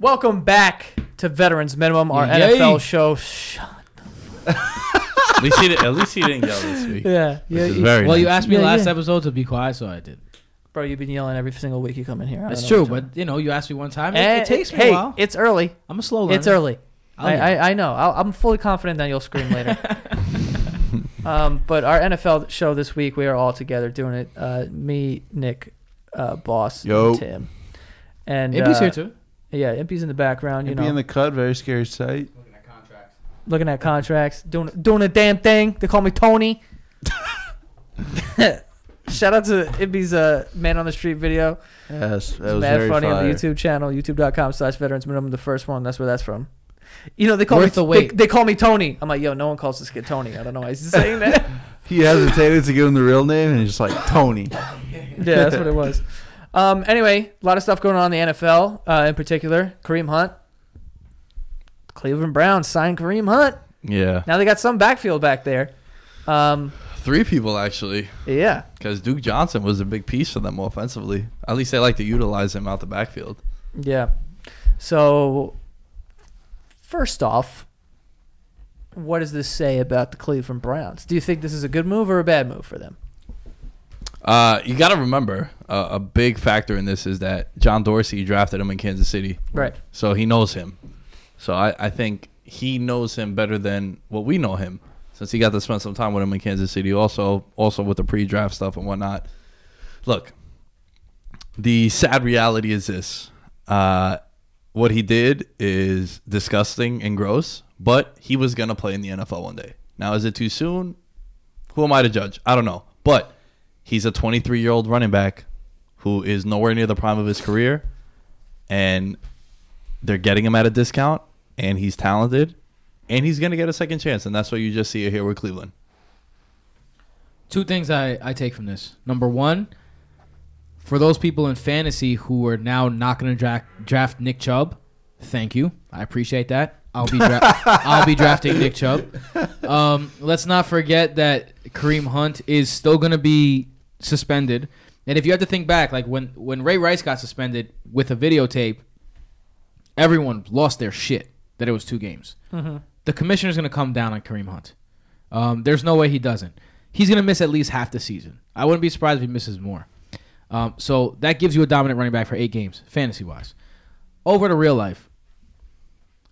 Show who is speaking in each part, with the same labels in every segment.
Speaker 1: Welcome back to Veterans Minimum, our
Speaker 2: Yay.
Speaker 1: NFL show. Sh-
Speaker 3: At least he didn't, at least he didn't yell this week.
Speaker 1: Yeah, yeah,
Speaker 3: This is
Speaker 1: you-
Speaker 3: very
Speaker 2: Well, you
Speaker 3: nice.
Speaker 2: asked me
Speaker 1: Yeah,
Speaker 2: last
Speaker 1: yeah.
Speaker 2: episode to be quiet, so I did.
Speaker 1: bro, you've been yelling every single week you come in here. I
Speaker 2: That's
Speaker 1: don't know
Speaker 2: true,
Speaker 1: what
Speaker 2: but you know, you asked me one time.
Speaker 1: you're
Speaker 2: it-
Speaker 1: talking-
Speaker 2: it takes
Speaker 1: hey,
Speaker 2: me a while.
Speaker 1: Hey, it's early.
Speaker 2: I'm a slow learner.
Speaker 1: It's early.
Speaker 2: I'll
Speaker 1: I,
Speaker 2: get it.
Speaker 1: I, I know. I'll, I'm fully confident that you'll scream later. um, but our NFL show this week, we are all together doing it. Uh, me, Nick, uh, Boss,
Speaker 3: Yo.
Speaker 1: and Tim, and
Speaker 2: Impy's
Speaker 1: uh,
Speaker 2: here too.
Speaker 1: Yeah, Impy's in the background. You
Speaker 3: Be
Speaker 1: know,
Speaker 3: in the cut, very scary sight.
Speaker 1: looking at contracts, doing doing a damn thing. They call me Tony. Shout out to Ibby's uh, man on the street video.
Speaker 3: Yes, that
Speaker 1: It's
Speaker 3: was
Speaker 1: mad
Speaker 3: very
Speaker 1: funny on
Speaker 3: fire.
Speaker 1: the YouTube channel, youtube.com slash veterans minimum, the first one. That's where that's from. You know, they call
Speaker 2: Worth
Speaker 1: me
Speaker 2: the wait.
Speaker 1: They, they call me Tony. I'm like, yo, no one calls this kid Tony. I don't know why he's saying that.
Speaker 3: He hesitated to give him the real name, and he's just like Tony.
Speaker 1: yeah, that's what it was. Um, anyway, a lot of stuff going on in the NFL, uh, in particular. Kareem Hunt. Cleveland Browns signed Kareem Hunt.
Speaker 3: Yeah,
Speaker 1: Now they got some backfield back there. Um,
Speaker 4: Three people actually,
Speaker 1: yeah.
Speaker 4: because Duke Johnson was a big piece for them offensively. At least they like to utilize him out the backfield.
Speaker 1: Yeah. So, first off, what does this say about the Cleveland Browns? Do you think this is a good move or a bad move for them?
Speaker 4: Uh, you got to remember, uh, a big factor in this is that John Dorsey drafted him in Kansas City,
Speaker 1: Right.
Speaker 4: so he knows him. So I, I think he knows him better than what we know him, since he got to spend some time with him in Kansas City, also also with the pre-draft stuff and whatnot. Look, the sad reality is this: uh, what he did is disgusting and gross, but he was gonna play in the NFL one day. Now, is it too soon? Who am I to judge? I don't know, but he's a 23 year old running back who is nowhere near the prime of his career, and they're getting him at a discount, and he's talented, and he's gonna get a second chance, and that's what you just see here with Cleveland.
Speaker 2: Two things I, I take from this. Number one, for those people in fantasy who are now not going to draft, draft Nick Chubb, thank you. I appreciate that. I'll be dra- I'll be drafting Nick Chubb. Um, let's not forget that Kareem Hunt is still going to be suspended. And if you have to think back, like when when Ray Rice got suspended with a videotape, everyone lost their shit that it was two games. The commissioner's going to come down on Kareem Hunt. Um, there's no way he doesn't. He's going to miss at least half the season. I wouldn't be surprised if he misses more. Um, so that gives you a dominant running back for eight games, fantasy wise. Over to real life.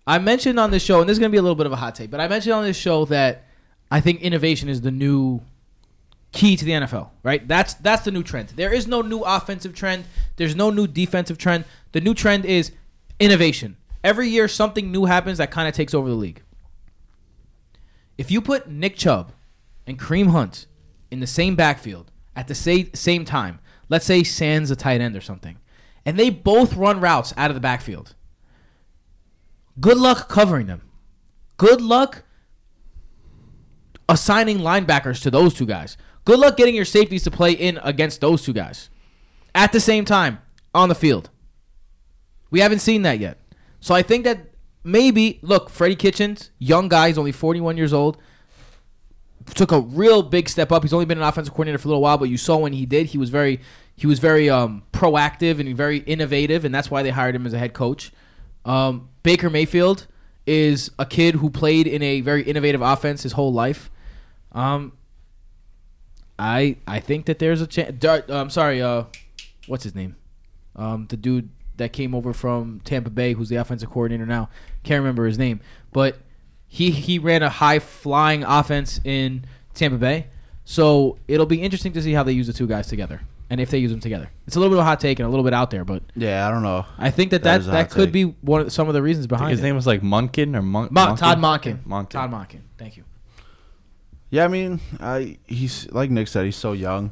Speaker 2: I mentioned on this show, and this is going to be a little bit of a hot take, but I mentioned on this show that I think innovation is the new key to the NFL, right? That's that's the new trend. There is no new offensive trend. There's no new defensive trend. The new trend is innovation. Every year something new happens that kind of takes over the league. If you put Nick Chubb and Kareem Hunt in the same backfield at the sa- same time. Let's say Sands a tight end or something, and they both run routes out of the backfield. Good luck covering them. Good luck assigning linebackers to those two guys. Good luck getting your safeties to play in against those two guys at the same time on the field. We haven't seen that yet. So I think that maybe look, Freddie Kitchens, young guy, he's only 41 years old. Took a real big step up. He's only been an offensive coordinator for a little while, but you saw when he did, he was very he was very um, proactive and very innovative, and that's why they hired him as a head coach. Um, Baker Mayfield is a kid who played in a very innovative offense his whole life. Um, I I think that there's a chance. Dar- I'm sorry. Uh, what's his name? Um, the dude that came over from Tampa Bay, who's the offensive coordinator now. Can't remember his name, but he he ran a high flying offense in Tampa Bay. So it'll be interesting to see how they use the two guys together, and if they use them together. It's a little bit of a hot take and a little bit out there, but
Speaker 5: Yeah, I don't know.
Speaker 2: I think that
Speaker 5: That
Speaker 2: that,
Speaker 5: is a
Speaker 2: that,
Speaker 5: hot
Speaker 2: could
Speaker 5: take.
Speaker 2: be one of, some of the reasons
Speaker 4: I think
Speaker 2: behind
Speaker 4: his
Speaker 2: it.
Speaker 4: name was like Monkin or Monk.
Speaker 2: Mon- Todd Monken.
Speaker 4: Monken.
Speaker 2: Todd Monken. Thank you.
Speaker 5: Yeah, I mean, I he's like Nick said, he's so young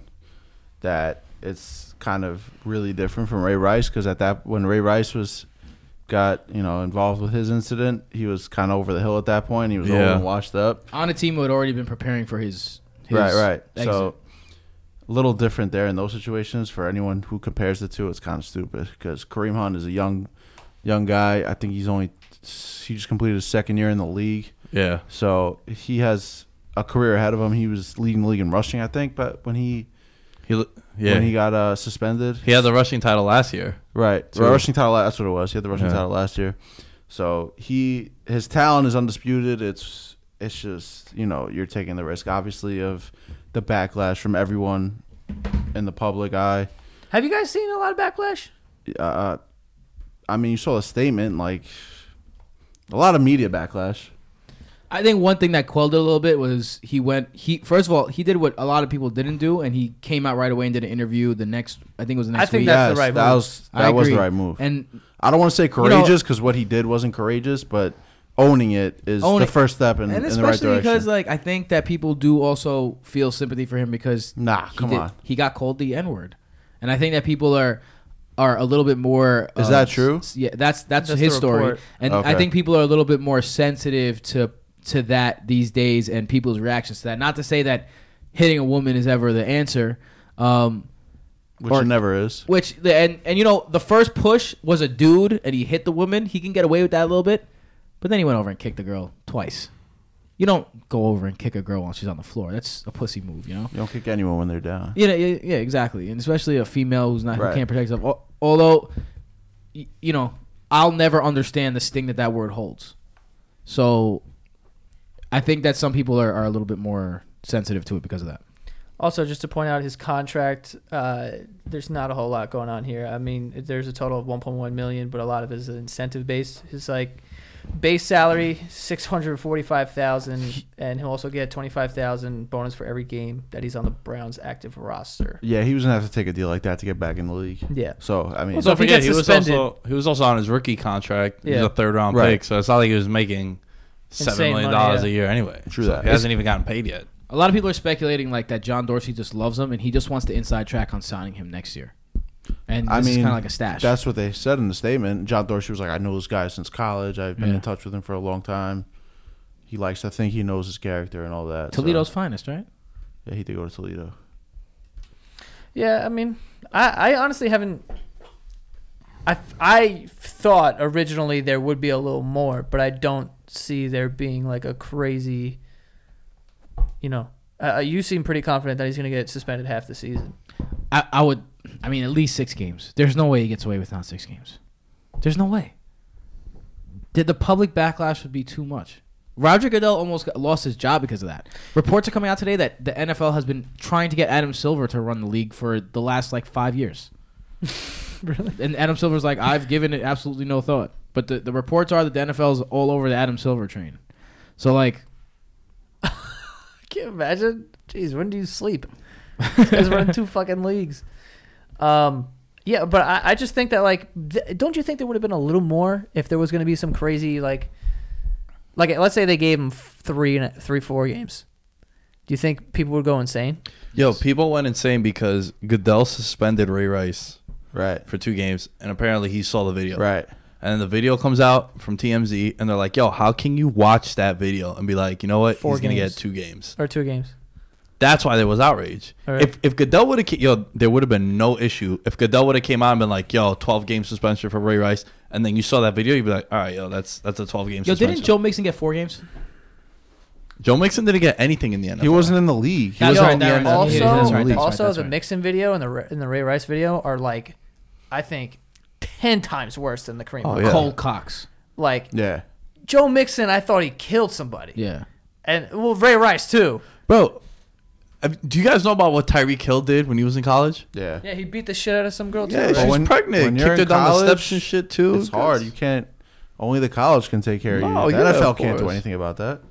Speaker 5: that it's kind of really different from Ray Rice because at that when Ray Rice was got you know involved with his incident, he was kind of over the hill at that point. He was old
Speaker 4: Yeah.
Speaker 5: and washed up.
Speaker 2: On a team who had already been preparing for his, his
Speaker 5: right, right.
Speaker 2: exit.
Speaker 5: So a little different there in those situations. For anyone who compares the two, it's kind of stupid because Kareem Hunt is a young, young guy. I think he's only he just completed his second year in the league.
Speaker 4: Yeah.
Speaker 5: So he has a career ahead of him. He was leading the league in rushing, I think, but when he
Speaker 4: He lo- yeah.
Speaker 5: when he
Speaker 4: he,
Speaker 5: got uh, suspended,
Speaker 4: had the rushing title last year.
Speaker 5: right
Speaker 4: Two.
Speaker 5: rushing title. la- That's what it was. He had the rushing
Speaker 4: Yeah.
Speaker 5: title last year. So he his talent is undisputed. It's it's just you know you're taking the risk, obviously, of the backlash from everyone in the public eye.
Speaker 1: Have you guys seen a lot of backlash?
Speaker 5: Uh, I mean, you saw a statement like a lot of media backlash.
Speaker 2: I think one thing that quelled it a little bit was he went he first of all he did what a lot of people didn't do and he came out right away and did an interview the next I think it was the next
Speaker 1: think
Speaker 2: week.
Speaker 1: that's the right
Speaker 5: that
Speaker 1: move.
Speaker 5: was
Speaker 2: I
Speaker 5: that was the
Speaker 2: agree.
Speaker 5: right move.
Speaker 2: And
Speaker 5: I don't want to say
Speaker 2: know-
Speaker 5: courageous because what he did wasn't courageous, but owning it is
Speaker 2: Own
Speaker 5: the
Speaker 2: it.
Speaker 5: first step in,
Speaker 2: and
Speaker 5: in the right
Speaker 2: especially because uh, like
Speaker 5: direction.
Speaker 2: I think that people do also feel sympathy for him because
Speaker 5: Nah,
Speaker 2: he
Speaker 5: come
Speaker 2: did-
Speaker 5: on.
Speaker 2: he got called the N word, and I think that people are are a little bit more. um,
Speaker 5: Is that true?
Speaker 2: s- Yeah, that's that's,
Speaker 1: That's
Speaker 2: his
Speaker 1: the
Speaker 2: story,
Speaker 1: report.
Speaker 2: and I
Speaker 5: Okay.
Speaker 2: think people are a little bit more sensitive to to that these days and people's reactions to that. Not to say that hitting a woman is ever the answer. Um,
Speaker 5: Which
Speaker 2: or-
Speaker 5: it never is.
Speaker 2: which the- and and you know the first push was a dude and he hit the woman. He can get away with that a little bit, but then he went over and kicked the girl twice. You don't go over and kick a girl while she's on the floor. That's a pussy move, you know.
Speaker 5: You don't kick anyone when they're down.
Speaker 2: You know, yeah, yeah, exactly, and especially a female who's not
Speaker 5: Right.
Speaker 2: who can't protect herself. Al- Although, y- you know, I'll never understand the sting that that word holds. So, I think that some people are, are a little bit more sensitive to it because of that.
Speaker 1: Also, just to point out his contract, uh, there's not a whole lot going on here. I mean, there's a total of 1.1 million, but a lot of it is incentive based. His like base salary 645,000, and he'll also get 25,000 bonus for every game that he's on the Browns active roster.
Speaker 5: Yeah, he was gonna have to take a deal like that to get back in the league.
Speaker 1: Yeah.
Speaker 5: So I mean,
Speaker 1: Well, so-
Speaker 4: Don't
Speaker 1: if he
Speaker 4: forget,
Speaker 1: gets
Speaker 4: he was
Speaker 1: suspended-
Speaker 4: also he was also on his rookie contract. He's
Speaker 1: Yeah.
Speaker 4: a third round
Speaker 5: Right.
Speaker 4: pick, so it's not like he was making seven
Speaker 1: Insane
Speaker 4: million
Speaker 1: money,
Speaker 4: dollars
Speaker 1: yeah.
Speaker 4: a year anyway.
Speaker 5: True
Speaker 4: So
Speaker 5: that.
Speaker 4: he hasn't even gotten paid yet.
Speaker 2: A lot of people are speculating like that John Dorsey just loves him and he just wants the inside track on signing him next year. And this
Speaker 5: I
Speaker 2: is
Speaker 5: mean,
Speaker 2: kind of like a stash.
Speaker 5: that's what they said in the statement. John Dorsey was like, "I know this guy since college. I've been
Speaker 2: Yeah.
Speaker 5: in touch with him for a long time. He likes to think he knows his character and all that." so-
Speaker 2: Toledo's finest, right?
Speaker 5: yeah, he did go to Toledo.
Speaker 1: Yeah, I mean, I, I honestly haven't. I, I thought originally there would be a little more, but I don't see there being like a crazy. You know, uh, you seem pretty confident that he's going to get suspended half the season.
Speaker 2: I, I would, I mean, at least six games. There's no way he gets away with not six games. There's no way. Did the public backlash would be too much? Roger Goodell almost got, lost his job because of that. Reports are coming out today that the NFL has been trying to get Adam Silver to run the league for the last like five years. really? And Adam Silver's like, I've given it absolutely no thought. But the, the reports are that the NFL's all over the Adam Silver train. So like,
Speaker 1: I can't imagine. Jeez, when do you sleep? These guys run two fucking leagues. Um, yeah, but I, I just think that like, th- don't you think there would have been a little more if there was going to be some crazy like, like let's say they gave him three and three four games. Do you think people would go insane?
Speaker 4: Yo, people went insane because Goodell suspended Ray Rice
Speaker 5: Right.
Speaker 4: for two games, and apparently he saw the video.
Speaker 5: Right.
Speaker 4: And the video comes out from TMZ, and they're like, "Yo, how can you watch that video and be like, you know what?
Speaker 1: Four
Speaker 4: He's gonna
Speaker 1: games.
Speaker 4: get two games."
Speaker 1: or two games.
Speaker 4: That's why there was outrage.
Speaker 1: Alright.
Speaker 4: If if Goodell would have yo, there would have been no issue. If Goodell would have came out and been like, "Yo, twelve game suspension for Ray Rice," and then you saw that video, you'd be like, "All right, yo, that's that's a twelve game
Speaker 2: Yo,
Speaker 4: suspension."
Speaker 2: didn't Joe Mixon get four games?
Speaker 4: Joe Mixon didn't get anything in the NFL.
Speaker 5: He wasn't in the league. He
Speaker 2: That's
Speaker 4: wasn't
Speaker 2: right,
Speaker 4: in the
Speaker 2: that
Speaker 4: NFL.
Speaker 2: right,
Speaker 1: Also,
Speaker 2: Yeah, that's right, that's right,
Speaker 1: also
Speaker 2: that's
Speaker 1: the
Speaker 2: right.
Speaker 1: Mixon video and the Ra- and the Ray Rice video are like, I think, ten times worse than the Kareem.
Speaker 4: Oh,
Speaker 1: one.
Speaker 4: yeah.
Speaker 2: Cole Cox.
Speaker 1: Like
Speaker 5: Yeah.
Speaker 1: Joe Mixon, I thought he killed somebody.
Speaker 2: Yeah.
Speaker 1: and well, Ray Rice too.
Speaker 4: Bro, I- do you guys know about what Tyreek Hill did when he was in college?
Speaker 5: Yeah.
Speaker 1: Yeah, he beat the shit out of some girl too.
Speaker 4: Yeah,
Speaker 1: right?
Speaker 4: she was pregnant.
Speaker 5: when you're
Speaker 4: kicked her
Speaker 5: in
Speaker 4: down the steps
Speaker 5: college,
Speaker 4: and shit too.
Speaker 5: It's hard. You can't. Only the college can take care of
Speaker 4: No,
Speaker 5: you.
Speaker 4: yeah,
Speaker 5: The NFL
Speaker 4: of
Speaker 5: can't do
Speaker 4: course.
Speaker 5: anything about that.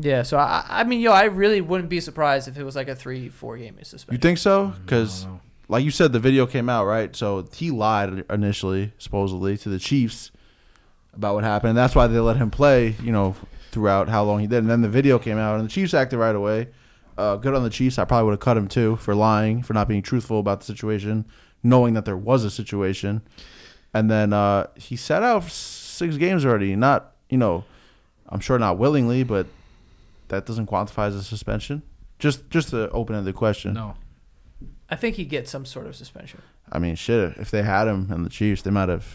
Speaker 1: Yeah, so I, I mean, yo, I really wouldn't be surprised if it was like a three, four game suspension.
Speaker 5: You think so? Because, like you said, the video came out right. So he lied initially, supposedly, to the Chiefs about what happened. That's why they let him play. You know, throughout how long he did, and then the video came out, and the Chiefs acted right away. Uh, good on the Chiefs. I probably would have cut him too for lying, for not being truthful about the situation, knowing that there was a situation. And then uh, he sat out for six games already. Not, you know, I'm sure not willingly, but that doesn't quantify as a suspension. Just, just an open-ended question.
Speaker 2: No.
Speaker 1: I think he gets some sort of suspension.
Speaker 5: I mean, shit. If they had him and the Chiefs, they might have,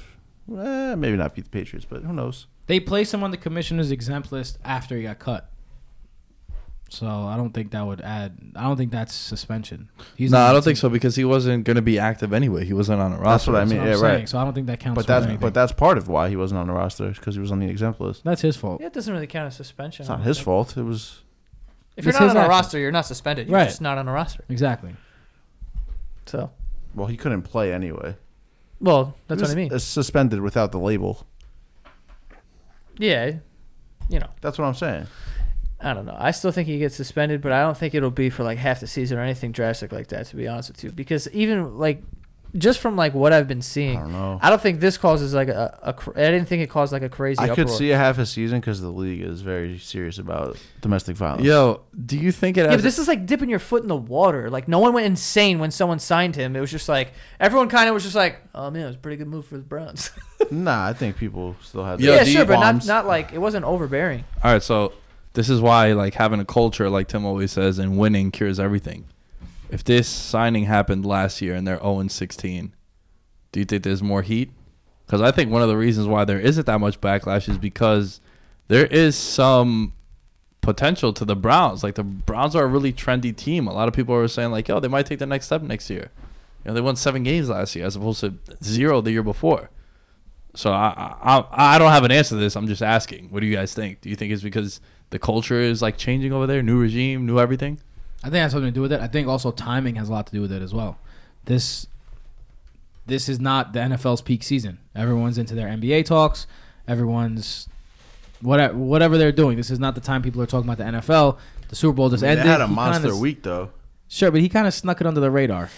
Speaker 5: eh, maybe not beat the Patriots, but who knows?
Speaker 2: They placed him on the commissioner's exempt list after he got cut. So I don't think that would add. I don't think that's suspension. He's
Speaker 4: no,
Speaker 2: not-
Speaker 4: I don't think so because he wasn't going to be active anyway. He wasn't on a roster.
Speaker 5: what I
Speaker 2: That's
Speaker 5: mean.
Speaker 2: what I'm
Speaker 5: Yeah,
Speaker 2: saying.
Speaker 5: right.
Speaker 2: So I don't think that counts.
Speaker 5: But
Speaker 2: But
Speaker 5: that's
Speaker 2: that's
Speaker 5: but that's part of why he wasn't on the roster because he was on the exempt list.
Speaker 2: that's his fault.
Speaker 1: Yeah, it doesn't really count as suspension.
Speaker 5: It's
Speaker 1: I
Speaker 5: not
Speaker 1: don't
Speaker 5: his
Speaker 1: think.
Speaker 5: fault. It was
Speaker 1: If you're
Speaker 2: It's
Speaker 1: not
Speaker 2: his
Speaker 1: on a
Speaker 2: action.
Speaker 1: roster, you're not suspended. You're
Speaker 2: Right.
Speaker 1: just not on a roster.
Speaker 2: Exactly.
Speaker 1: So,
Speaker 5: well, he couldn't play anyway.
Speaker 1: well, that's
Speaker 5: He
Speaker 1: what I
Speaker 5: was,
Speaker 1: mean.
Speaker 5: uh, Suspended without the label.
Speaker 1: Yeah, you know,
Speaker 5: That's what I'm saying.
Speaker 1: I don't know. I still think he gets suspended, but I don't think it'll be for like half the season or anything drastic like that. To be honest with you, because even like, just from like what I've been seeing, I
Speaker 5: don't know.
Speaker 1: I don't think this causes like a. a cr- I didn't think it caused like a crazy.
Speaker 5: I could
Speaker 1: uproar.
Speaker 5: see a half a season because the league is very serious about domestic violence.
Speaker 4: Yo, do you think it
Speaker 1: Yeah,
Speaker 4: has?
Speaker 1: but this is like dipping your foot in the water. Like no one went insane when someone signed him. It was just like everyone kind of was just like, "Oh man, it was a pretty good move for the Browns."
Speaker 5: nah, I think people still have.
Speaker 4: Yo,
Speaker 1: yeah,
Speaker 4: do
Speaker 1: sure,
Speaker 4: you-
Speaker 1: but not
Speaker 5: Bombs.
Speaker 1: not like it wasn't overbearing.
Speaker 4: All right, so this is why like having a culture, like Tim always says, and winning cures everything. If this signing happened last year and they're 0 and 16, do you think there's more heat? Because I think one of the reasons why there isn't that much backlash is because there is some potential to the Browns. Like the Browns are a really trendy team. A lot of people are saying like, "Yo, they might take the next step next year." You know, they won seven games last year as opposed to zero the year before. So I, I I don't have an answer to this. I'm just asking. What do you guys think? Do you think it's because the culture is like changing over there, new regime, new everything?
Speaker 2: I think it has something to do with it. I think also timing has a lot to do with it as well. This this is not the NFL's peak season. Everyone's into their NBA talks. Everyone's whatever whatever they're doing. This is not the time people are talking about the NFL. The Super Bowl just
Speaker 5: they
Speaker 2: ended.
Speaker 5: had a
Speaker 2: He
Speaker 5: monster
Speaker 2: kinda,
Speaker 5: week though.
Speaker 2: Sure, but he kind of snuck it under the radar.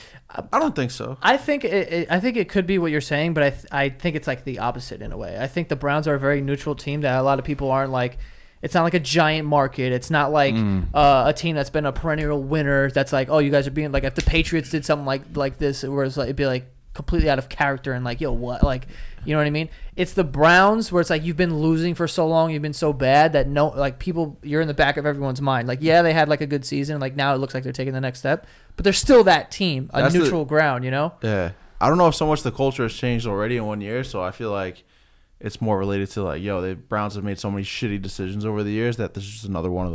Speaker 5: I don't think so.
Speaker 1: I think it, it, I think it could be what you're saying, but I th- I think it's like the opposite in a way. I think the Browns are a very neutral team that a lot of people aren't like. It's not like a giant market. It's not like
Speaker 5: Mm.
Speaker 1: uh, a team that's been a perennial winner. That's like, oh, you guys are being like, if the Patriots did something like like this, where it's like it'd be like completely out of character and like, yo, what? Like, you know what I mean? It's the Browns where it's like you've been losing for so long, you've been so bad that no, like people, you're in the back of everyone's mind. Like, yeah, they had like a good season. Like now it looks like they're taking the next step, but they're still that team, a
Speaker 5: That's the-
Speaker 1: neutral ground. You know?
Speaker 5: Yeah. I don't know if so much the culture has changed already in one year, so I feel like it's more related to like, yo, the Browns have made so many shitty decisions over the years that this is just another one of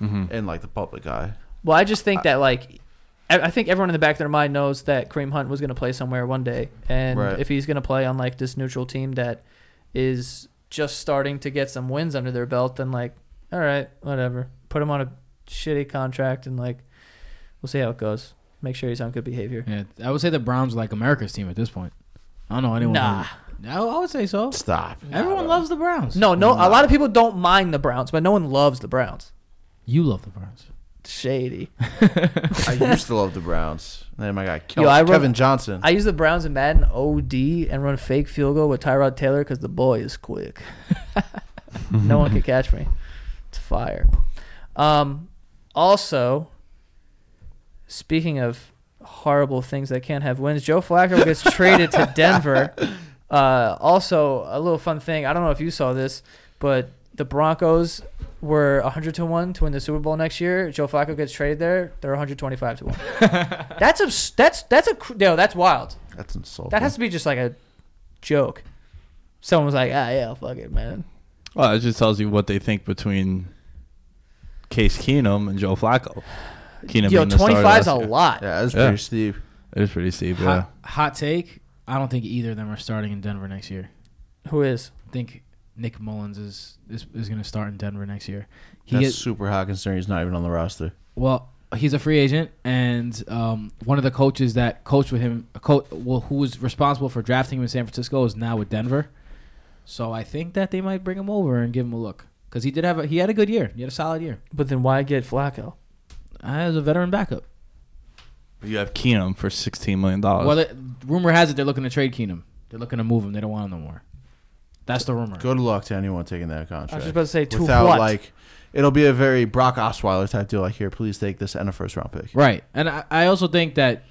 Speaker 5: them. In like the public eye.
Speaker 1: Well, I just think that like, e, I I think everyone in the back of their mind knows that Kareem Hunt was going to play somewhere one day, and
Speaker 5: Right.
Speaker 1: if he's going to play on like this neutral team that is just starting to get some wins under their belt, then like, all right, whatever, put him on a shitty contract, and like, we'll see how it goes. Make sure he's on good behavior.
Speaker 2: Yeah, I would say the Browns are like America's team at this point. I don't know anyone. who-
Speaker 1: Nah.
Speaker 2: I, I would say so.
Speaker 5: Stop.
Speaker 2: Everyone loves the Browns.
Speaker 1: No, no, a lot of people don't mind the Browns, but no one loves the Browns.
Speaker 2: you love the Browns.
Speaker 1: Shady.
Speaker 5: I used to love the Browns. Then my guy Kel-
Speaker 1: Yo, I wrote-
Speaker 5: Kevin Johnson.
Speaker 1: I use the Browns in Madden OD and run fake field goal with Tyrod Taylor because the boy is quick. no one can catch me. It's fire. Um, also, Speaking of horrible things that can't have wins, Joe Flacco gets traded to Denver. Uh, also, a little fun thing. I don't know if you saw this, but the Broncos were 100 to 1 to win the Super Bowl next year. Joe Flacco gets traded there. They're 125 to 1. that's a that's that's a cr- no, that's wild.
Speaker 5: That's insulting.
Speaker 1: That has to be just like a joke. Someone was like, "Ah, yeah, fuck it, man."
Speaker 4: Well, it just tells you what they think between Case Keenum and Joe Flacco. Keenum
Speaker 1: Yo,
Speaker 4: being the starter
Speaker 1: 25 is a
Speaker 4: last year.
Speaker 1: lot.
Speaker 5: yeah, that's
Speaker 4: Yeah.
Speaker 5: pretty steep.
Speaker 4: It is pretty steep, yeah.
Speaker 2: Hot, hot take. I don't think either of them are starting in Denver next year.
Speaker 1: Who is?
Speaker 2: I think Nick Mullins is is, is going to start in Denver next year. He
Speaker 5: That's
Speaker 2: is
Speaker 5: super hot considering he's not even on the roster.
Speaker 2: well, he's a free agent, and um, one of the coaches that coached with him, a coach, well, who was responsible for drafting him in San Francisco, is now with Denver. So I think that they might bring him over and give him a look because he did have a, he had a good year. He had a solid year
Speaker 1: But then why get Flacco?
Speaker 2: as a veteran backup.
Speaker 4: You have Keenum for sixteen million dollars.
Speaker 2: Well, the, rumor has it they're looking to trade Keenum. They're looking to move him. They don't want him no more. That's the rumor.
Speaker 5: Good luck to anyone taking that contract.
Speaker 1: I was just about to say to
Speaker 5: Without
Speaker 1: what?
Speaker 5: like, it'll be a very Brock Osweiler type deal. Like here, please take this and a first round pick.
Speaker 2: Right. And I, I also think that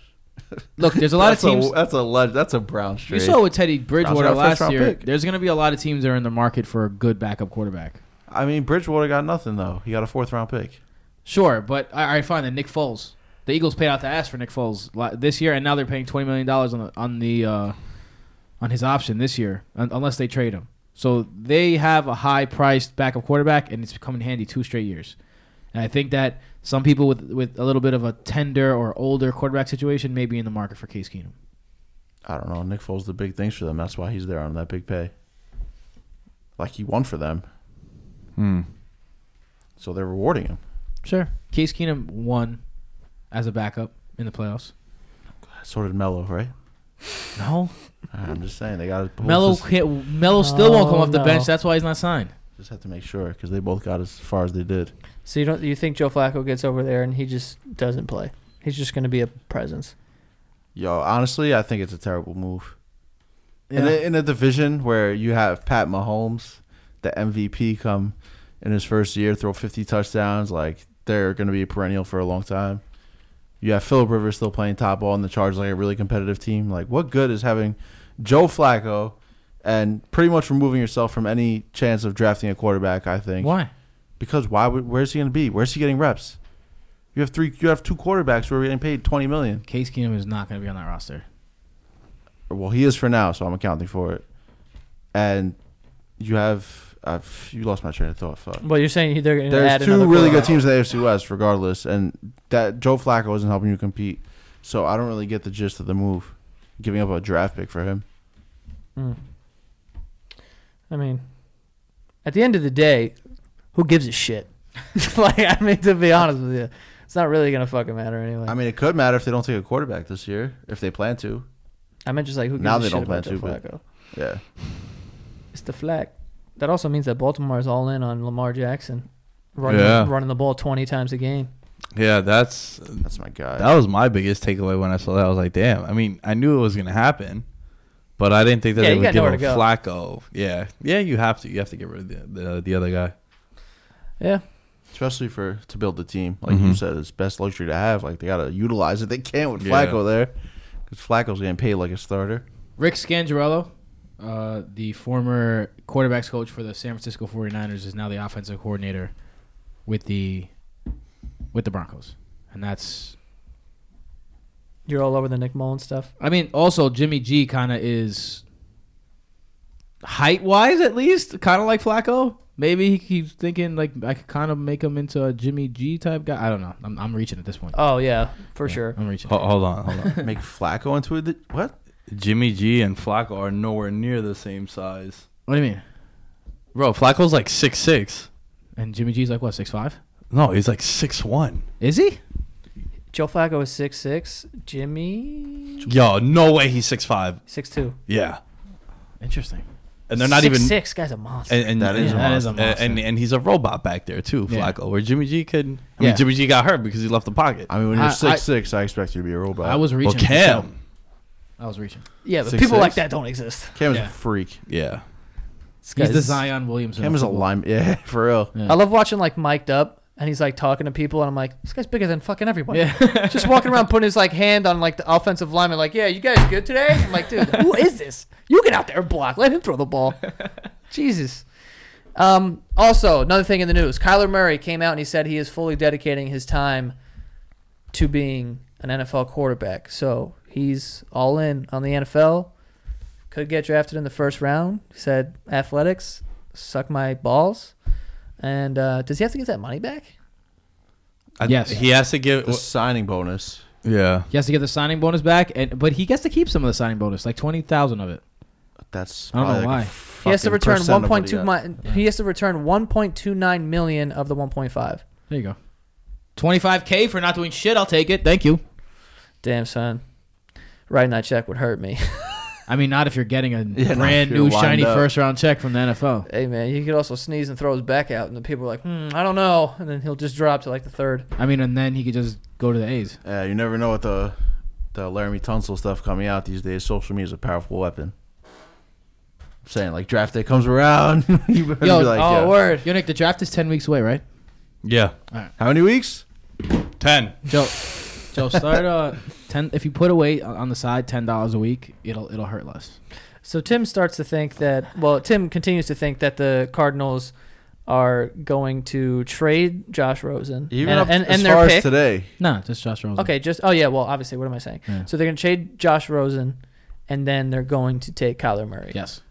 Speaker 2: look, there's a lot of teams.
Speaker 5: that's a leg- that's a brown
Speaker 2: you
Speaker 5: streak.
Speaker 2: saw with Teddy Bridgewater
Speaker 5: Round- first
Speaker 2: last
Speaker 5: round
Speaker 2: year.
Speaker 5: pick.
Speaker 2: There's going to be a lot of teams that are in the market for a good backup quarterback.
Speaker 5: I mean, Bridgewater got nothing though. He got a fourth round pick.
Speaker 2: Sure, but all right, fine. Then Nick Foles. The Eagles paid out to ask for Nick Foles li- this year, and now they're paying twenty million dollars on the on the uh, on his option this year, un- unless they trade him. So they have a high priced backup quarterback, and it's come in handy two straight years. And I think that some people with with a little bit of a tender or older quarterback situation may be in the market for Case Keenum.
Speaker 5: I don't know. Nick Foles did big things for them. That's why he's there on that big pay. Like he won for them,
Speaker 4: Hmm.
Speaker 5: so they're rewarding him.
Speaker 2: Sure, Case Keenum won as a backup in the playoffs.
Speaker 5: So did Mello, right?
Speaker 2: No,
Speaker 5: I'm just saying they got to
Speaker 2: Melo can't- Melo still won't come
Speaker 1: Oh,
Speaker 2: off the
Speaker 1: no.
Speaker 2: bench. That's why he's not signed.
Speaker 5: Just have to make sure because they both got as far as they did.
Speaker 1: So you don't you think Joe Flacco gets over there and he just doesn't play? He's just going to be a presence.
Speaker 5: Yo, honestly, I think it's a terrible move. In, a, in a division where you have Pat Mahomes, the MVP, come in his first year, throw 50 touchdowns, like they're going to be a perennial for a long time. You have Philip Rivers still playing top ball in the Chargers, like a really competitive team. Like, what good is having Joe Flacco and pretty much removing yourself from any chance of drafting a quarterback? I think
Speaker 2: Why?
Speaker 5: because why? Would, where's he going to be? Where's he getting reps? You have three. You have two quarterbacks who are getting paid 20 million.
Speaker 2: Case Keenum is not going to be on that roster.
Speaker 5: well, he is for now, so I'm accounting for it. And you have, i you lost my train of thought. Fuck.
Speaker 1: Well, you're saying they're going to add
Speaker 5: There's two
Speaker 1: another
Speaker 5: really good
Speaker 1: quarterback.
Speaker 5: teams in the AFC West, regardless, and that Joe Flacco isn't helping you compete. So I don't really get the gist of the move, giving up a draft pick for him.
Speaker 1: I mean, at the end of the day, who gives a shit? like I mean, to be honest with you, it's not really going to fucking matter anyway.
Speaker 5: I
Speaker 1: I mean,
Speaker 5: mean, it could matter if they don't take a quarterback this year, if they plan to.
Speaker 1: I meant just like who gives
Speaker 5: now
Speaker 1: a
Speaker 5: they
Speaker 1: shit
Speaker 5: don't
Speaker 1: about
Speaker 5: plan
Speaker 1: Joe
Speaker 5: to, but-
Speaker 1: Flacco?
Speaker 5: Yeah,
Speaker 1: It's the flag. That also means that Baltimore's all in on Lamar Jackson, running,
Speaker 4: Yeah.
Speaker 1: running the ball 20 times a game.
Speaker 4: Yeah, that's
Speaker 5: that's my guy.
Speaker 4: that was my biggest takeaway when I saw that. I was like, damn. I mean, I knew it was gonna happen, but I didn't think that
Speaker 1: Yeah,
Speaker 4: they
Speaker 1: you
Speaker 4: would
Speaker 1: got
Speaker 4: give
Speaker 1: nowhere
Speaker 4: up
Speaker 1: to go.
Speaker 4: Flacco. Yeah, yeah. You have to. You have to get rid of the the, the other guy.
Speaker 1: Yeah.
Speaker 5: Especially for to build the team, like you said, it's best luxury to have. Like they gotta utilize it. They can't with
Speaker 4: Mm-hmm. Yeah.
Speaker 5: Flacco there, because Flacco's getting paid like a starter.
Speaker 2: Rick Scangarello, uh, the former quarterbacks coach for the San Francisco 49ers, is now the offensive coordinator with the with the Broncos. And that's
Speaker 1: You're all over the Nick Mullen stuff.
Speaker 2: I mean, also Jimmy G kind of is height wise at least, kind of like Flacco. Maybe he keeps thinking like I could kind of make him into a Jimmy G type guy. I don't know. I'm, I'm reaching at this point.
Speaker 1: Oh yeah, for sure.
Speaker 2: I'm reaching.
Speaker 4: Ho- hold on, hold on.
Speaker 5: Make Flacco into it. What?
Speaker 4: Jimmy G and Flacco are nowhere near the same size.
Speaker 2: What do you mean?
Speaker 4: Bro, Flacco's like six six.
Speaker 2: And Jimmy G's like what, six five?
Speaker 4: No, he's like six one.
Speaker 2: Is he?
Speaker 1: Joe Flacco is six six. Jimmy
Speaker 4: Yo, no way he's six five.
Speaker 1: six two.
Speaker 4: Yeah,
Speaker 2: Interesting.
Speaker 4: and they're not
Speaker 1: six,
Speaker 4: even
Speaker 1: six. Guy's a monster.
Speaker 4: And, and
Speaker 5: That is
Speaker 2: Yeah, a that is a monster. monster.
Speaker 4: And, and he's a robot back there too,
Speaker 2: Yeah.
Speaker 4: Flacco. Where Jimmy G could, I mean,
Speaker 2: Yeah.
Speaker 4: Jimmy G got hurt because he left the pocket.
Speaker 5: I mean, when you're
Speaker 2: I- I-
Speaker 5: six six, I expect you to be a robot.
Speaker 2: I was
Speaker 4: Well,
Speaker 2: reaching. for
Speaker 4: Cam,
Speaker 2: I was reaching.
Speaker 1: yeah, but
Speaker 5: six,
Speaker 1: people
Speaker 5: six?
Speaker 1: like that don't exist.
Speaker 5: Cam is
Speaker 2: Yeah.
Speaker 5: a freak.
Speaker 4: yeah,
Speaker 1: This
Speaker 2: He's
Speaker 1: guy's-
Speaker 2: the Zion Williamson.
Speaker 5: Cam
Speaker 2: of
Speaker 5: is a
Speaker 2: football.
Speaker 5: lime. Yeah, for real.
Speaker 2: Yeah.
Speaker 1: I love watching like mic'd up and he's like talking to people, and I'm like, this guy's bigger than fucking everybody. Just walking around putting his like hand on like the offensive lineman, like, yeah, you guys good today? I'm like, dude, who is this? You get out there and block. Let him throw the ball. Jesus. Um, also, another thing in the news, Kyler Murray came out and he said he is fully dedicating his time to being an NFL quarterback. So he's all in on the NFL. Could get drafted in the first round. He said athletics suck my balls. And uh, does he have to get that money back?
Speaker 4: I-
Speaker 2: Yes.
Speaker 4: he has to give.
Speaker 5: The signing bonus.
Speaker 4: Yeah,
Speaker 2: He has to get the signing bonus back, and but he gets to keep some of the signing bonus, like twenty thousand of it.
Speaker 5: That's
Speaker 2: I don't know
Speaker 5: probably like
Speaker 2: why.
Speaker 5: a
Speaker 1: He has to
Speaker 5: fucking
Speaker 1: return
Speaker 5: percent
Speaker 1: one
Speaker 5: of what
Speaker 1: point
Speaker 5: he
Speaker 1: two.
Speaker 5: got.
Speaker 1: Mi- he has to return one point two nine million of the one point five.
Speaker 2: There you go. Twenty five k for not doing shit. I'll take it. Thank you.
Speaker 1: Damn son, writing that check would hurt me.
Speaker 2: I mean, not if you're getting a
Speaker 5: if
Speaker 2: brand
Speaker 5: you're
Speaker 2: new
Speaker 5: lined
Speaker 2: shiny
Speaker 5: up.
Speaker 2: first round check from the NFL.
Speaker 1: hey man, he could also sneeze and throw his back out, and the people are like, hmm, I don't know, and then he'll just drop to like the third.
Speaker 2: I mean, and then he could just go to the A's.
Speaker 5: Yeah, you never know what the the Laramie Tunsil stuff coming out these days. Social media is a powerful weapon. I'm saying like draft day comes around, you better
Speaker 2: Yo,
Speaker 5: be like,
Speaker 2: oh,
Speaker 5: yeah.
Speaker 1: word.
Speaker 2: Yo, Nick, the draft is ten weeks away, right?
Speaker 4: yeah.
Speaker 5: how many weeks?
Speaker 4: Ten.
Speaker 2: Joe, Joe, start uh ten. If you put away on the side ten dollars a week, it'll it'll hurt less.
Speaker 1: So Tim starts to think that. Well, Tim continues to think that the Cardinals are going to trade Josh Rosen
Speaker 5: Even
Speaker 1: and
Speaker 5: up
Speaker 1: and,
Speaker 5: as
Speaker 1: and
Speaker 5: far
Speaker 1: their pick.
Speaker 5: as today.
Speaker 2: No, just Josh Rosen.
Speaker 1: Okay, just oh yeah. Well, obviously, what am I saying?
Speaker 2: Yeah.
Speaker 1: So they're gonna trade Josh Rosen, and then they're going to take Kyler Murray.
Speaker 2: Yes.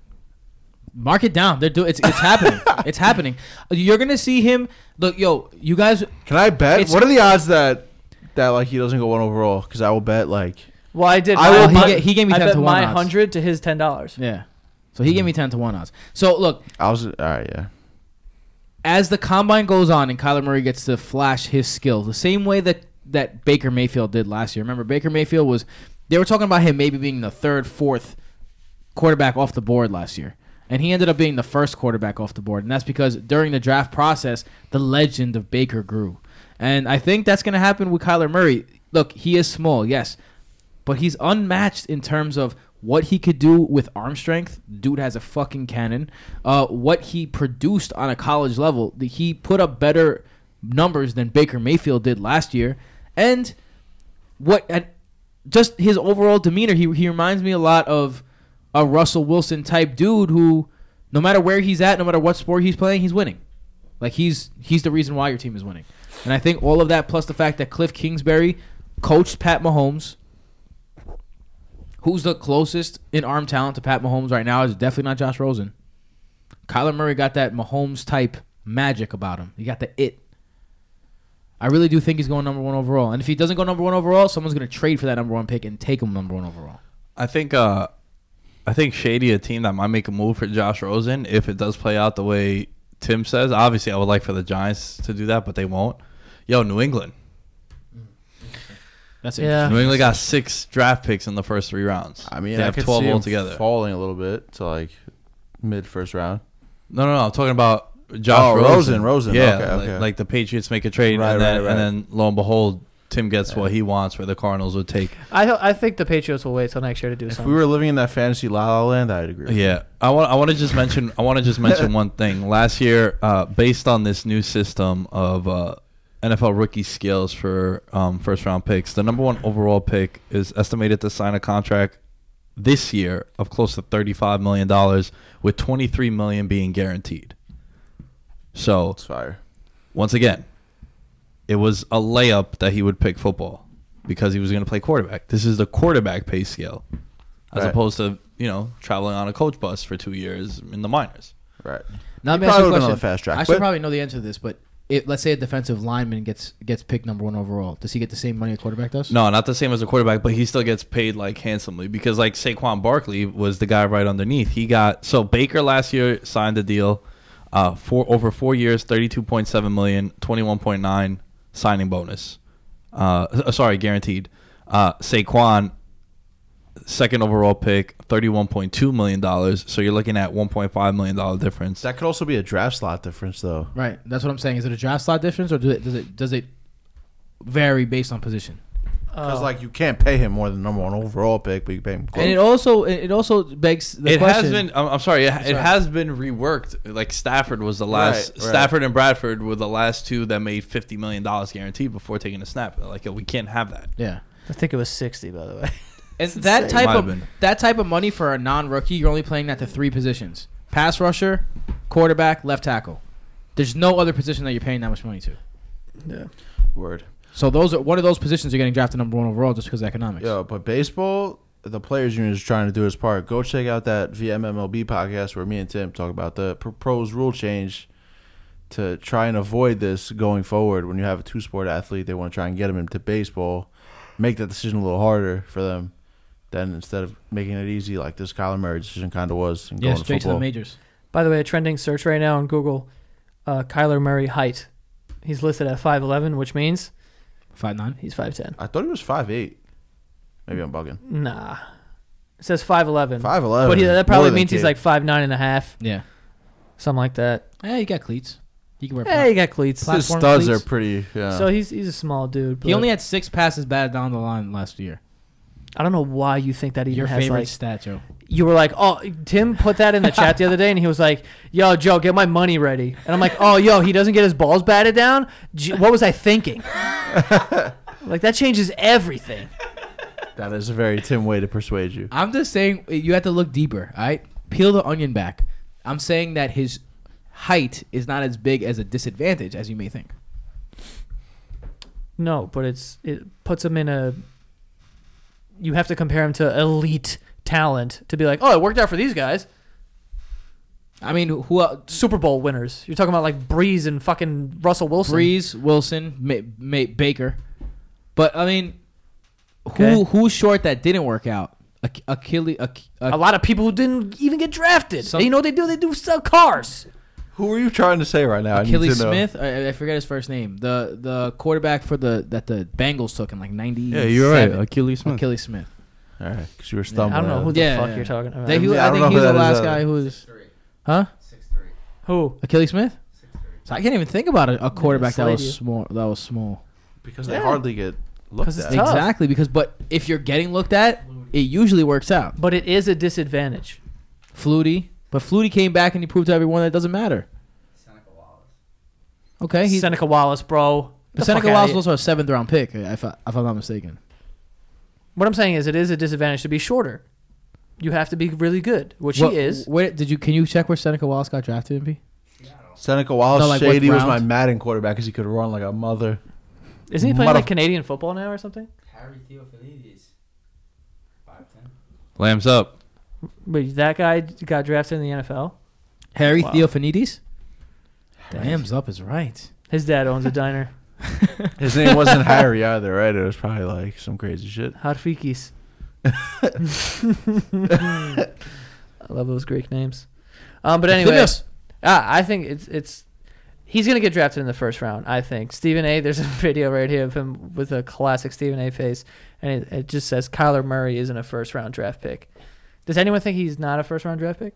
Speaker 2: Mark it down. They're doing. It's it's happening. it's happening. You're gonna see him. Look, yo, you guys.
Speaker 5: Can I bet?
Speaker 2: It's-
Speaker 5: what are the odds that that like he doesn't go one overall? Because I will bet like
Speaker 1: Well, I did.
Speaker 5: I will
Speaker 2: he,
Speaker 5: bet-
Speaker 2: ga- he gave me
Speaker 1: I
Speaker 2: ten
Speaker 1: bet
Speaker 2: to one
Speaker 1: my
Speaker 2: odds.
Speaker 1: hundred to his ten dollars.
Speaker 2: Yeah. So he gave me ten to one odds. So look,
Speaker 5: I was all right. Yeah,
Speaker 2: as the combine goes on and Kyler Murray gets to flash his skills, the same way that that Baker Mayfield did last year. Remember, Baker Mayfield was. They were talking about him maybe being the third, fourth quarterback off the board last year. And he ended up being the first quarterback off the board. And that's because during the draft process, the legend of Baker grew. And I think that's going to happen with Kyler Murray. Look, he is small, yes, but he's unmatched in terms of what he could do with arm strength. Dude has a fucking cannon. Uh, what he produced on a college level, the- he put up better numbers than Baker Mayfield did last year. And what and just his overall demeanor. He he reminds me a lot of a Russell Wilson type dude who, no matter where he's at, no matter what sport he's playing, he's winning. Like he's he's the reason why your team is winning. And I think all of that plus the fact that Cliff Kingsbury coached Pat Mahomes. Who's the closest in arm talent to Pat Mahomes right now is definitely not Josh Rosen. Kyler Murray got that Mahomes type magic about him. He got the it. I really do think he's going number one overall. And if he doesn't go number one overall, someone's going to trade for that number one pick and take him number one overall.
Speaker 4: I think. uh I think Shady a team that might make a move for Josh Rosen if it does play out the way Tim says. Obviously, I would like for the Giants to do that, but they won't. Yo, New England.
Speaker 2: That's
Speaker 1: Yeah.
Speaker 2: it.
Speaker 4: New England got six draft picks in the first three rounds.
Speaker 5: I mean
Speaker 4: they
Speaker 5: I
Speaker 4: have
Speaker 5: could
Speaker 4: twelve
Speaker 5: see him
Speaker 4: altogether.
Speaker 5: falling a little bit to like mid first round.
Speaker 4: No, no, no. I'm talking about Josh
Speaker 5: Oh,
Speaker 4: Rosen.
Speaker 5: Rosen, Rosen,
Speaker 4: Yeah,
Speaker 5: okay,
Speaker 4: like,
Speaker 5: okay.
Speaker 4: like the Patriots make a trade,
Speaker 5: Right,
Speaker 4: and, then,
Speaker 5: right, right.
Speaker 4: and then lo and behold, Tim gets what he wants, where the Cardinals would take.
Speaker 1: I I think the Patriots will wait till next year to do
Speaker 5: If
Speaker 1: something.
Speaker 5: we were living in that fantasy la la land, I'd agree. with you.
Speaker 4: Yeah, I want. I want to just mention. I want to just mention one thing. Last year, uh, based on this new system of uh, NFL rookie skills for um, first round picks, the number one overall pick is estimated to sign a contract this year of close to thirty five million dollars, with twenty three million being guaranteed. So
Speaker 5: it's fire.
Speaker 4: once again, it was a layup that he would pick football because he was going to play quarterback. This is the quarterback pay scale, as
Speaker 5: Right.
Speaker 4: opposed to you know traveling on a coach bus for two years in the minors.
Speaker 5: Right.
Speaker 2: Now, let
Speaker 5: He
Speaker 2: me ask you a
Speaker 5: probably would've been on
Speaker 2: question.
Speaker 5: the fast track,
Speaker 2: I should
Speaker 5: but-
Speaker 2: probably know the answer to this, but if, let's say a defensive lineman gets gets picked number one overall. Does he get the same money a quarterback does?
Speaker 4: No, not the same as a quarterback, but he still gets paid like handsomely because like Saquon Barkley was the guy right underneath. He got so Baker last year signed a deal uh for over 4 years, 32.7 million, 21.9 signing bonus. Uh uh, sorry, guaranteed. Uh Saquon second overall pick, 31.2 million dollars. So you're looking at 1.5 million dollar difference.
Speaker 5: That could also be a draft slot difference though.
Speaker 2: Right. That's what I'm saying. Is it a draft slot difference, or do it, does it does it vary based on position?
Speaker 5: Because like you can't pay him more than number one overall pick, but you pay him. Close.
Speaker 2: Oh. And it also it it also begs the
Speaker 4: it
Speaker 2: question.
Speaker 4: has been. I'm, I'm sorry. It, it has been reworked. Like Stafford was the last.
Speaker 5: Right, right.
Speaker 4: Stafford and Bradford were the last two that made fifty million dollars guaranteed before taking a snap. Like we can't have that.
Speaker 2: yeah.
Speaker 1: I think it was sixty, by the way.
Speaker 2: And that
Speaker 1: insane.
Speaker 2: type
Speaker 4: Might
Speaker 2: of
Speaker 4: have been.
Speaker 2: that type of money for a non-rookie, you're only playing that to three positions: pass rusher, quarterback, left tackle. There's no other position that you're paying that much money to.
Speaker 5: word.
Speaker 2: So those are what are those positions you're getting drafted number one overall just because of economics?
Speaker 5: Yo, but baseball, the players union is trying to do its part. Go check out that VMMLB podcast where me and Tim talk about the proposed rule change to try and avoid this going forward. When you have a two sport athlete, they want to try and get them into baseball, make that decision a little harder for them. Then instead of making it easy like this Kyler Murray decision kind of was, and
Speaker 2: Yeah,
Speaker 5: going to
Speaker 2: straight to the
Speaker 5: football.
Speaker 2: majors.
Speaker 1: By the way, a trending search right now on Google, uh, Kyler Murray height. He's listed at five eleven, which means
Speaker 2: Five nine.
Speaker 1: he's five ten.
Speaker 5: I thought he was five eight. Maybe I'm bugging.
Speaker 1: Nah, it says five eleven.
Speaker 5: 5'11",
Speaker 1: But he,
Speaker 5: more
Speaker 1: that probably
Speaker 5: than
Speaker 1: means he's
Speaker 5: kid.
Speaker 1: like five nine and a half,
Speaker 2: Yeah.
Speaker 1: something like that.
Speaker 2: Yeah, you got cleats. You can wear.
Speaker 1: Hey, he got cleats.
Speaker 2: Pla-
Speaker 5: His
Speaker 2: platform
Speaker 5: studs
Speaker 2: cleats.
Speaker 5: are pretty. Yeah.
Speaker 1: So he's he's a small dude. But
Speaker 2: He only had six passes batted down the line last year.
Speaker 1: I don't know why you think that even
Speaker 2: Your
Speaker 1: has
Speaker 2: favorite
Speaker 1: like
Speaker 2: stat, Joe.
Speaker 1: you were like, oh, Tim put that in the chat the other day, and he was like, yo, Joe, get my money ready. And I'm like, oh, yo, he doesn't get his balls batted down? Gee, what was I thinking? like, that changes everything.
Speaker 5: that is a very Tim way to persuade you.
Speaker 2: I'm just saying eh, you have to look deeper. All right, peel the onion back. I'm saying that his height is not as big as a disadvantage as you may think.
Speaker 1: No, but it's it puts him in a. You have to compare him to elite talent to be like, oh, it worked out for these guys.
Speaker 2: I mean, who else?
Speaker 1: Super Bowl winners. You're talking about like Breeze and fucking Russell Wilson.
Speaker 2: Breeze, Wilson, Ma Ma Baker. But I mean,
Speaker 1: Okay.
Speaker 2: who who's short that didn't work out? Ach- Achilles. Ach-
Speaker 1: A
Speaker 2: Ach-
Speaker 1: lot of people who didn't even get drafted.
Speaker 2: Some-
Speaker 1: you know what they do? They do sell cars.
Speaker 5: Who are you trying to say right now? I need
Speaker 2: Achilles
Speaker 5: to know.
Speaker 2: Smith. I, I forget his first name. The the quarterback for the that the Bengals took in like ninety.
Speaker 4: Yeah, you're right. Achilles Smith.
Speaker 2: Achilles Smith.
Speaker 5: All right, because you were
Speaker 1: I
Speaker 5: stumbling.
Speaker 1: don't know who the
Speaker 2: Yeah,
Speaker 1: fuck
Speaker 2: yeah.
Speaker 1: you're talking about.
Speaker 2: They- he-
Speaker 5: Yeah, I
Speaker 2: I
Speaker 5: don't
Speaker 2: think
Speaker 5: know who
Speaker 2: he's the
Speaker 5: that is
Speaker 2: last
Speaker 5: either.
Speaker 2: guy who's huh?
Speaker 1: who?
Speaker 2: Achilles Smith. So I can't even think about a, a quarterback that
Speaker 1: slide
Speaker 2: was
Speaker 1: you.
Speaker 2: small. That was small.
Speaker 5: because
Speaker 1: Yeah.
Speaker 5: they hardly get looked
Speaker 1: 'Cause
Speaker 5: at.
Speaker 1: it's tough.
Speaker 2: Exactly because but if you're getting looked at, it usually works out.
Speaker 1: But it is a disadvantage.
Speaker 2: Flutie, but Flutie came back and he proved to everyone that it doesn't matter. Okay, he's
Speaker 1: Seneca Wallace, bro. Get the
Speaker 2: Seneca
Speaker 1: fuck outta
Speaker 2: Wallace
Speaker 1: here.
Speaker 2: was also a seventh round pick, if, I, if I'm not mistaken.
Speaker 1: What I'm saying is, it is a disadvantage to be shorter. You have to be really good, which
Speaker 2: What-
Speaker 1: he is.
Speaker 2: Where did you? Can you check where Seneca Wallace got drafted? MP?
Speaker 5: Seneca Wallace
Speaker 2: No, like, what
Speaker 5: Shady was
Speaker 2: round?
Speaker 5: my Madden quarterback because he could run like a mother.
Speaker 1: Isn't he playing like
Speaker 5: motherf-
Speaker 1: Canadian football now or something?
Speaker 6: Harry Theophilidis. 5'10.
Speaker 4: Lambs up.
Speaker 1: But that guy got drafted in the NFL.
Speaker 2: Harry
Speaker 1: Wow.
Speaker 2: Theophanides. Damn's up is right.
Speaker 1: His dad owns a diner,
Speaker 5: His name wasn't Harry either, right? It was probably like some crazy shit.
Speaker 1: Harfikis. I love those Greek names. Um, but anyway,
Speaker 2: Phineas.
Speaker 1: ah, I think it's it's he's gonna get drafted in the first round. I think Stephen A. There's a video right here of him with a classic Stephen A. face, and it, it just says Kyler Murray isn't a first round draft pick. Does anyone think he's not a first round draft pick?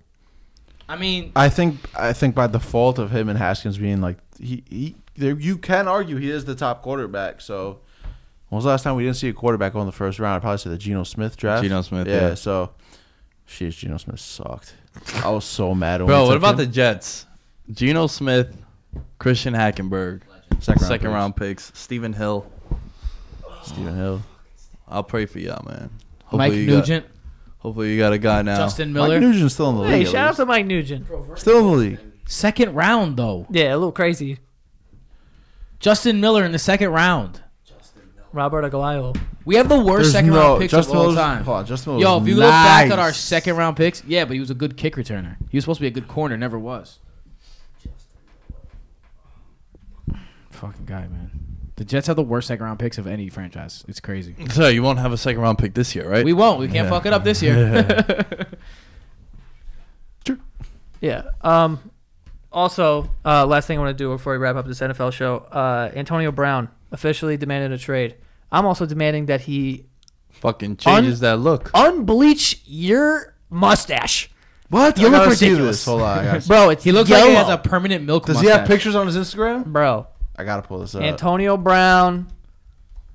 Speaker 2: I mean,
Speaker 5: I think I think by default of him and Haskins being like he, he there, you can argue he is the top quarterback. So when was the last time we didn't see a quarterback on the first round? I'd probably say the Geno Smith draft.
Speaker 4: Geno Smith,
Speaker 5: yeah.
Speaker 4: yeah.
Speaker 5: So, she's Geno Smith sucked. I was so mad.
Speaker 4: Bro, what about the Jets? Geno Smith, Christian Hackenberg,
Speaker 5: second round?
Speaker 4: second
Speaker 5: picks?
Speaker 4: round picks. Stephen Hill.
Speaker 5: Stephen Hill.
Speaker 4: I'll pray for y'all, man. Hopefully
Speaker 2: Mike
Speaker 4: you got-
Speaker 2: Nugent,
Speaker 4: hopefully you got a guy now.
Speaker 2: Justin
Speaker 5: Mike
Speaker 2: Miller.
Speaker 5: Nugent's still in the
Speaker 1: Hey,
Speaker 5: league. at
Speaker 1: shout out
Speaker 5: least.
Speaker 1: to Mike Nugent.
Speaker 5: Still in the league.
Speaker 2: Second round though.
Speaker 1: Yeah, a little crazy.
Speaker 2: Justin Miller in the second round.
Speaker 1: Robert Aguayo.
Speaker 2: We have the worst
Speaker 5: There's
Speaker 2: second
Speaker 5: no-
Speaker 2: round picks
Speaker 5: Justin
Speaker 2: of all
Speaker 5: Miller's-
Speaker 2: time.
Speaker 5: hold on, Justin Miller's
Speaker 2: Yo, if you look back at
Speaker 5: Oh, nice.
Speaker 2: our second round picks, yeah, but he was a good kick returner. He was supposed to be a good corner, never was. Fucking guy, man. The Jets have the worst second round picks of any franchise. It's crazy.
Speaker 4: So you won't have a second round pick this year, right?
Speaker 2: We won't. We can't
Speaker 4: Yeah.
Speaker 2: fuck it up this year.
Speaker 1: Yeah. Um. Also, uh, last thing I want to do before we wrap up this NFL show, uh, Antonio Brown officially demanded a trade. I'm also demanding that he
Speaker 4: Fucking changes that look.
Speaker 1: unbleach your mustache,
Speaker 5: What?
Speaker 1: You
Speaker 5: I
Speaker 1: look
Speaker 5: gotta see
Speaker 1: ridiculous.
Speaker 5: this. Hold on. I gotta see-
Speaker 1: bro. It's
Speaker 2: he looks like he has a permanent milk
Speaker 5: Does he
Speaker 2: mustache.
Speaker 5: have pictures on his Instagram?
Speaker 1: bro.
Speaker 5: I gotta pull this up.
Speaker 1: Antonio Brown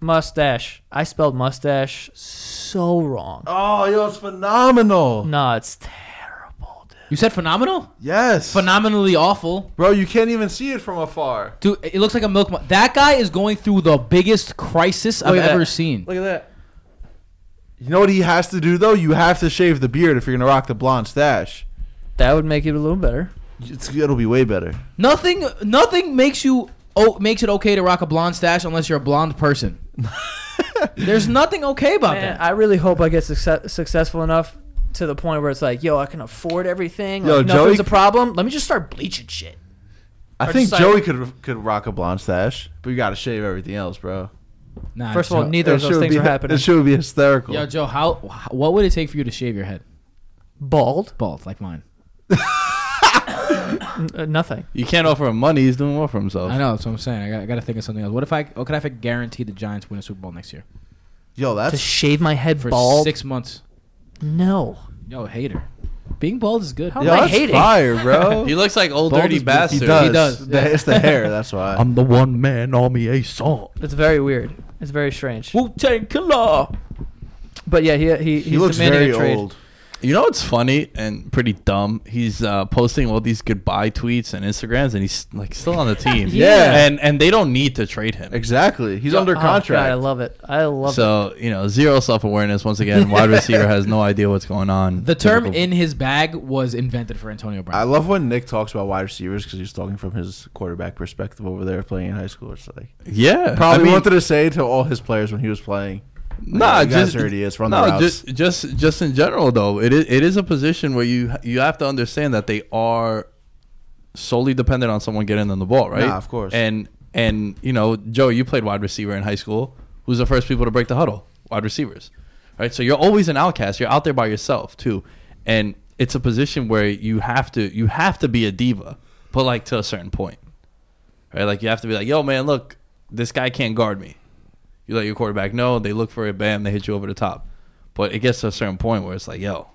Speaker 1: mustache. I spelled mustache so wrong.
Speaker 5: Oh, yo, it's phenomenal.
Speaker 1: No, it's terrible, dude.
Speaker 2: You said phenomenal?
Speaker 5: Yes.
Speaker 2: Phenomenally awful.
Speaker 5: Bro, you can't even see it from afar.
Speaker 2: Dude, it looks like a milk. Mu- that guy is going through the biggest crisis I've
Speaker 5: at that.
Speaker 2: ever seen.
Speaker 5: Look at that. You know what he has to do though? You have to shave the beard if you're gonna rock the blonde stash.
Speaker 1: That would make it a little better.
Speaker 5: It's, it'll be way better.
Speaker 2: Nothing, nothing makes you oh makes it okay to rock a blonde stash unless you're a blonde person. There's nothing okay about
Speaker 1: Man,
Speaker 2: that.
Speaker 1: I really hope I get success- successful enough to the point where it's like, yo, I can afford everything.
Speaker 5: Yo,
Speaker 1: like, nothing's
Speaker 5: Joey-
Speaker 1: a problem. Let me just start bleaching shit.
Speaker 5: I
Speaker 1: Or
Speaker 5: think
Speaker 1: just
Speaker 5: Joey
Speaker 1: like-
Speaker 5: could could rock a blonde stash, but you gotta shave everything else, bro.
Speaker 2: Nah,
Speaker 1: First of all,
Speaker 2: Joe-
Speaker 1: neither of
Speaker 5: That
Speaker 1: those
Speaker 5: shit would
Speaker 1: things
Speaker 5: be-
Speaker 1: are happening.
Speaker 5: That shit would be hysterical.
Speaker 2: yo, Joe, how wh- what would it take for you to shave your head
Speaker 1: Bald?
Speaker 2: bald like mine?
Speaker 1: N-
Speaker 5: Mm.
Speaker 1: uh, nothing.
Speaker 4: You can't offer him money. He's doing well for himself.
Speaker 2: I know that's what I'm saying. I got, I got to think of something else. What if I what could I if I guarantee the Giants win a Super Bowl next year
Speaker 5: Yo,
Speaker 1: To
Speaker 5: that's
Speaker 1: shave my head
Speaker 2: for
Speaker 1: bald?
Speaker 2: six months?
Speaker 1: No.
Speaker 2: Yo, hater. Being bald is good.
Speaker 1: How
Speaker 5: yo,
Speaker 1: am I
Speaker 5: that's
Speaker 1: hating?
Speaker 5: fire, bro.
Speaker 4: He looks like old
Speaker 2: Bald
Speaker 4: dirty
Speaker 2: is beautiful.
Speaker 4: bastard.
Speaker 5: He does.
Speaker 2: does,
Speaker 5: The- It's the hair. That's why.
Speaker 4: I'm the one man army a song.
Speaker 1: It's very weird. It's very strange.
Speaker 2: Wu Tang Killer.
Speaker 1: But yeah, he, he, he's
Speaker 5: he looks
Speaker 1: demanding
Speaker 5: very
Speaker 1: a trade.
Speaker 5: old.
Speaker 4: You know what's funny and pretty dumb? He's uh, posting all these goodbye tweets and Instagrams, and he's like still on the team.
Speaker 5: Yeah.
Speaker 4: and and they don't need to trade him.
Speaker 5: Exactly. He's under
Speaker 1: Oh, God, I
Speaker 5: contract.
Speaker 1: love it. I love it.
Speaker 4: So you know, zero self awareness. Once again, wide receiver has no idea what's going on.
Speaker 2: The term
Speaker 4: Typical-
Speaker 2: "in his bag" was invented for Antonio Brown.
Speaker 5: I love when Nick talks about wide receivers because he's talking from his quarterback perspective over there playing in high school. It's like
Speaker 4: yeah, I
Speaker 5: probably
Speaker 4: mean,
Speaker 5: wanted to say to all his players when he was playing.
Speaker 4: Nah,
Speaker 5: you guys
Speaker 4: just
Speaker 5: are idiots. Run
Speaker 4: no,
Speaker 5: the routes.
Speaker 4: just just just in general though, it is it is a position where you you have to understand that they are solely dependent on someone getting them the ball, right?
Speaker 5: Nah, of course.
Speaker 4: And and you know, Joe, you played wide receiver in high school. Who's the first people to break the huddle? Wide receivers, right? So you're always an outcast. You're out there by yourself too, and it's a position where you have to you have to be a diva, but like to a certain point, right? Like you have to be like, yo, man, look, this guy can't guard me. You let your quarterback know. They look for it. Bam, they hit you over the top. But it gets to a certain point where it's like, yo,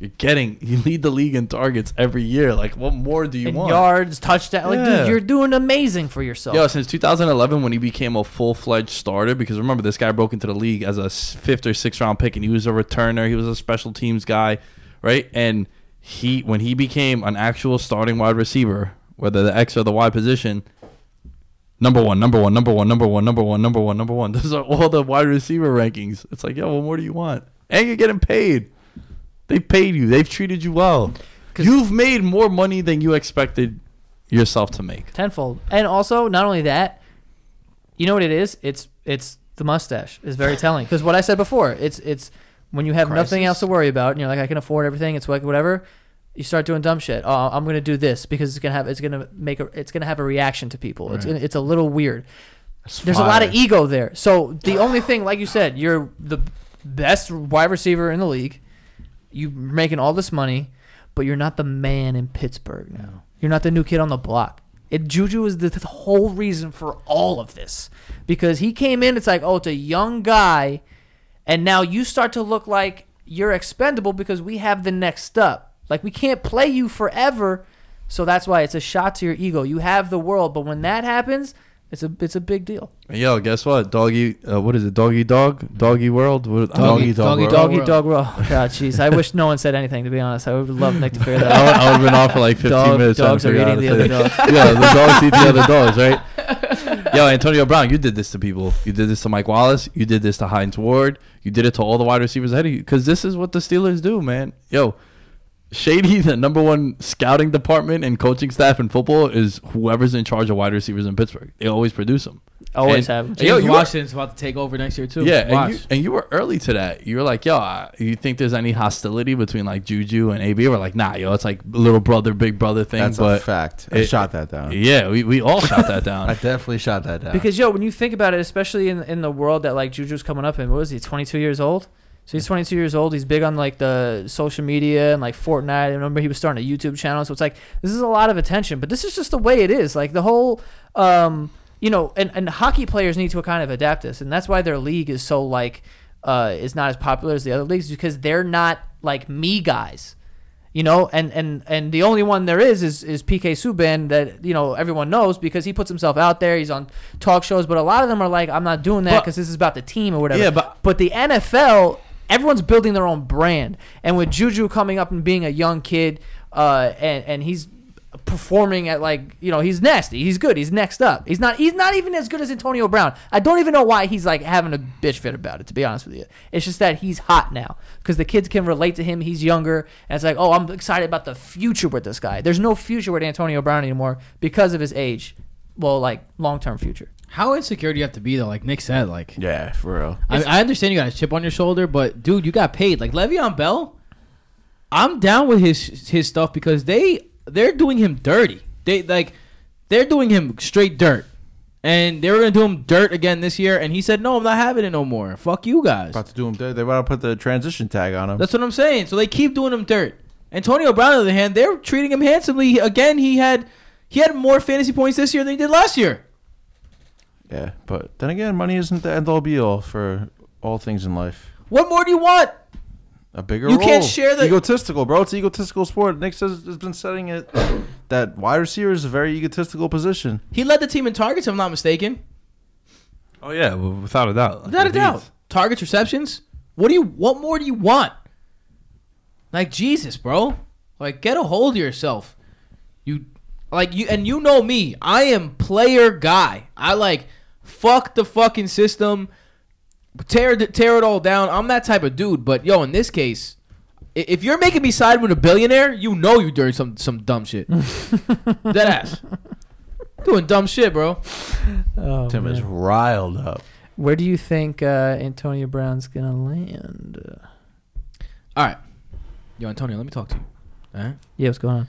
Speaker 4: you're getting you lead the league in targets every year. Like, what more do you
Speaker 1: And
Speaker 4: want?
Speaker 1: yards, touchdown. Like,
Speaker 4: Yeah.
Speaker 1: dude, you're doing amazing for yourself.
Speaker 4: Yo, since 2011, when he became a full fledged starter, because remember, this guy broke into the league as a s- fifth or sixth round pick, and he was a returner. He was a special teams guy, right? And he, when he became an actual starting wide receiver, whether the X or the Y position, number one, number one, number one, number one, number one, number one, number one. Those are all the wide receiver rankings. It's like, yo, what more do you want? And you're getting paid. They paid you. They've treated you well.
Speaker 1: 'Cause-
Speaker 4: You've made more money than you expected yourself to make.
Speaker 1: tenfold. And also, not only that, you know what it is? It's it's the mustache is very telling. Because what I said before, it's it's when you have nothing
Speaker 4: Crisis?
Speaker 1: else to worry about, and you're like, I can afford everything. It's like whatever. You start doing dumb shit. Oh, I'm gonna do this because it's gonna have it's gonna make a it's gonna have a reaction to people. It's gonna, it's a little weird. There's a lot of
Speaker 5: fire.
Speaker 1: ego there. So the only thing, like you said, you're the best wide receiver in the league. You're making all this money, but you're not the man in Pittsburgh now. You're not the new kid on the block. It, Juju is the, the whole reason for all of this because he came in. It's like, oh, it's a young guy, and now you start to look like you're expendable because we have the next up. Like we can't play you forever, so that's why it's a shot to your ego. You have the world, but when that happens, it's a it's a big deal.
Speaker 4: Yo, guess what? Doggy, uh, what is it? Doggy dog, doggy world. What,
Speaker 5: Doggy dog world.
Speaker 1: Doggy
Speaker 2: world.
Speaker 1: dog roll. God, Oh, jeez. I wish no one said anything. To be honest, I would love Nick to figure that
Speaker 4: I
Speaker 1: out.
Speaker 4: would have been off for like 15
Speaker 1: Dog-
Speaker 4: minutes. trying to
Speaker 1: dogs are
Speaker 4: figure out
Speaker 1: eating the
Speaker 4: how to
Speaker 1: other
Speaker 4: say it. yeah, the dogs eat the other dogs, right? Yo, Antonio Brown, you did this to people. You did this to Mike Wallace. You did this to Heinz Ward. You did it to all the wide receivers ahead of you. Because this is what the Steelers do, man. Yo, Shady, the number one scouting department and coaching staff in football, is whoever's in charge of wide receivers in Pittsburgh. They always produce them.
Speaker 1: Always
Speaker 4: And-
Speaker 1: have.
Speaker 4: Yo,
Speaker 2: James
Speaker 4: you were-
Speaker 2: Washington's about to take over next year too.
Speaker 4: Yeah,
Speaker 2: Watch.
Speaker 4: and you, and you were early to that. You were like, yo, I- you think there's any hostility between like Juju and AB? We're like, nah, yo, it's like little brother, big brother thing.
Speaker 5: That's
Speaker 4: but
Speaker 5: a fact. I
Speaker 4: it-
Speaker 5: shot that down.
Speaker 4: yeah, we, we all shot that
Speaker 5: I
Speaker 4: down.
Speaker 5: definitely shot that down.
Speaker 1: Because yo, when you think about it, especially in in the world that like Juju's coming up in, what is he? Twenty two years old. So he's 22 years old. He's big on like the social media and like Fortnite. I remember he was starting a YouTube channel. So it's like this is a lot of attention, but this is just the way it is. Like the whole, um, you know, and, and hockey players need to kind of adapt this, and that's why their league is so like uh, is not as popular as the other leagues because they're not like me guys. You know, and, and, and the only one there is, is is PK Subban that you know everyone knows because he puts himself out there. He's on talk shows, but a lot of them are like, I'm not doing that
Speaker 4: But-
Speaker 1: because this is about the team or whatever.
Speaker 4: Yeah, but-
Speaker 1: but the NFL, everyone's building their own brand, and with Juju coming up and being a young kid, uh, and and he's performing at like you know he's nasty he's good he's next up he's not he's not even as good as antonio brown i don't even know why he's like having a bitch fit about it to be honest with you it's just that he's hot now because the kids can relate to him he's younger and it's like oh i'm excited about the future with this guy there's no future with antonio brown anymore because of his age well like long-term future
Speaker 2: How insecure do you have to be though? Like Nick said, like
Speaker 5: Yeah, for real.
Speaker 2: I, I understand you got a chip on your shoulder, but dude, you got paid. Like Le'Veon Bell, I'm down with his his stuff because they they're doing him dirty. They like they're doing him straight dirt, and they were gonna do him dirt again this year. And he said, "No, I'm not having it no more. Fuck you guys."
Speaker 5: About to do him. They they about to put the transition tag on him.
Speaker 2: That's what I'm saying. So they keep doing him dirt. Antonio Brown, on the other hand, they're treating him handsomely. He- Again, he had he had more fantasy points this year than he did last year.
Speaker 5: yeah, but then again, money isn't the end all be all for all things in life.
Speaker 2: What more do you want?
Speaker 5: A bigger
Speaker 2: You can't
Speaker 5: role.
Speaker 2: share the-
Speaker 5: egotistical, bro. It's an egotistical sport. Nick says has been setting it that wide receiver is a very egotistical position.
Speaker 2: He led the team in targets, if I'm not mistaken.
Speaker 4: Oh yeah, w- without a doubt.
Speaker 2: Without a doubt. Targets, receptions. What do you what more do you want? Like Jesus, bro. Like get a hold of yourself. You like you and you know me. I am player guy. I like fuck the fucking system. Tear it- tear it all down. I'm that type of dude, but yo, in this case, i- if you're making me side with a billionaire, you know you doing some some dumb shit. Dead ass. Doing dumb shit, bro.
Speaker 1: oh,
Speaker 5: Tim is riled up.
Speaker 1: where do you think uh, antonio brown's gonna land
Speaker 2: All right. Yo, Antonio, let me talk to you. All right?
Speaker 1: yeah what's going on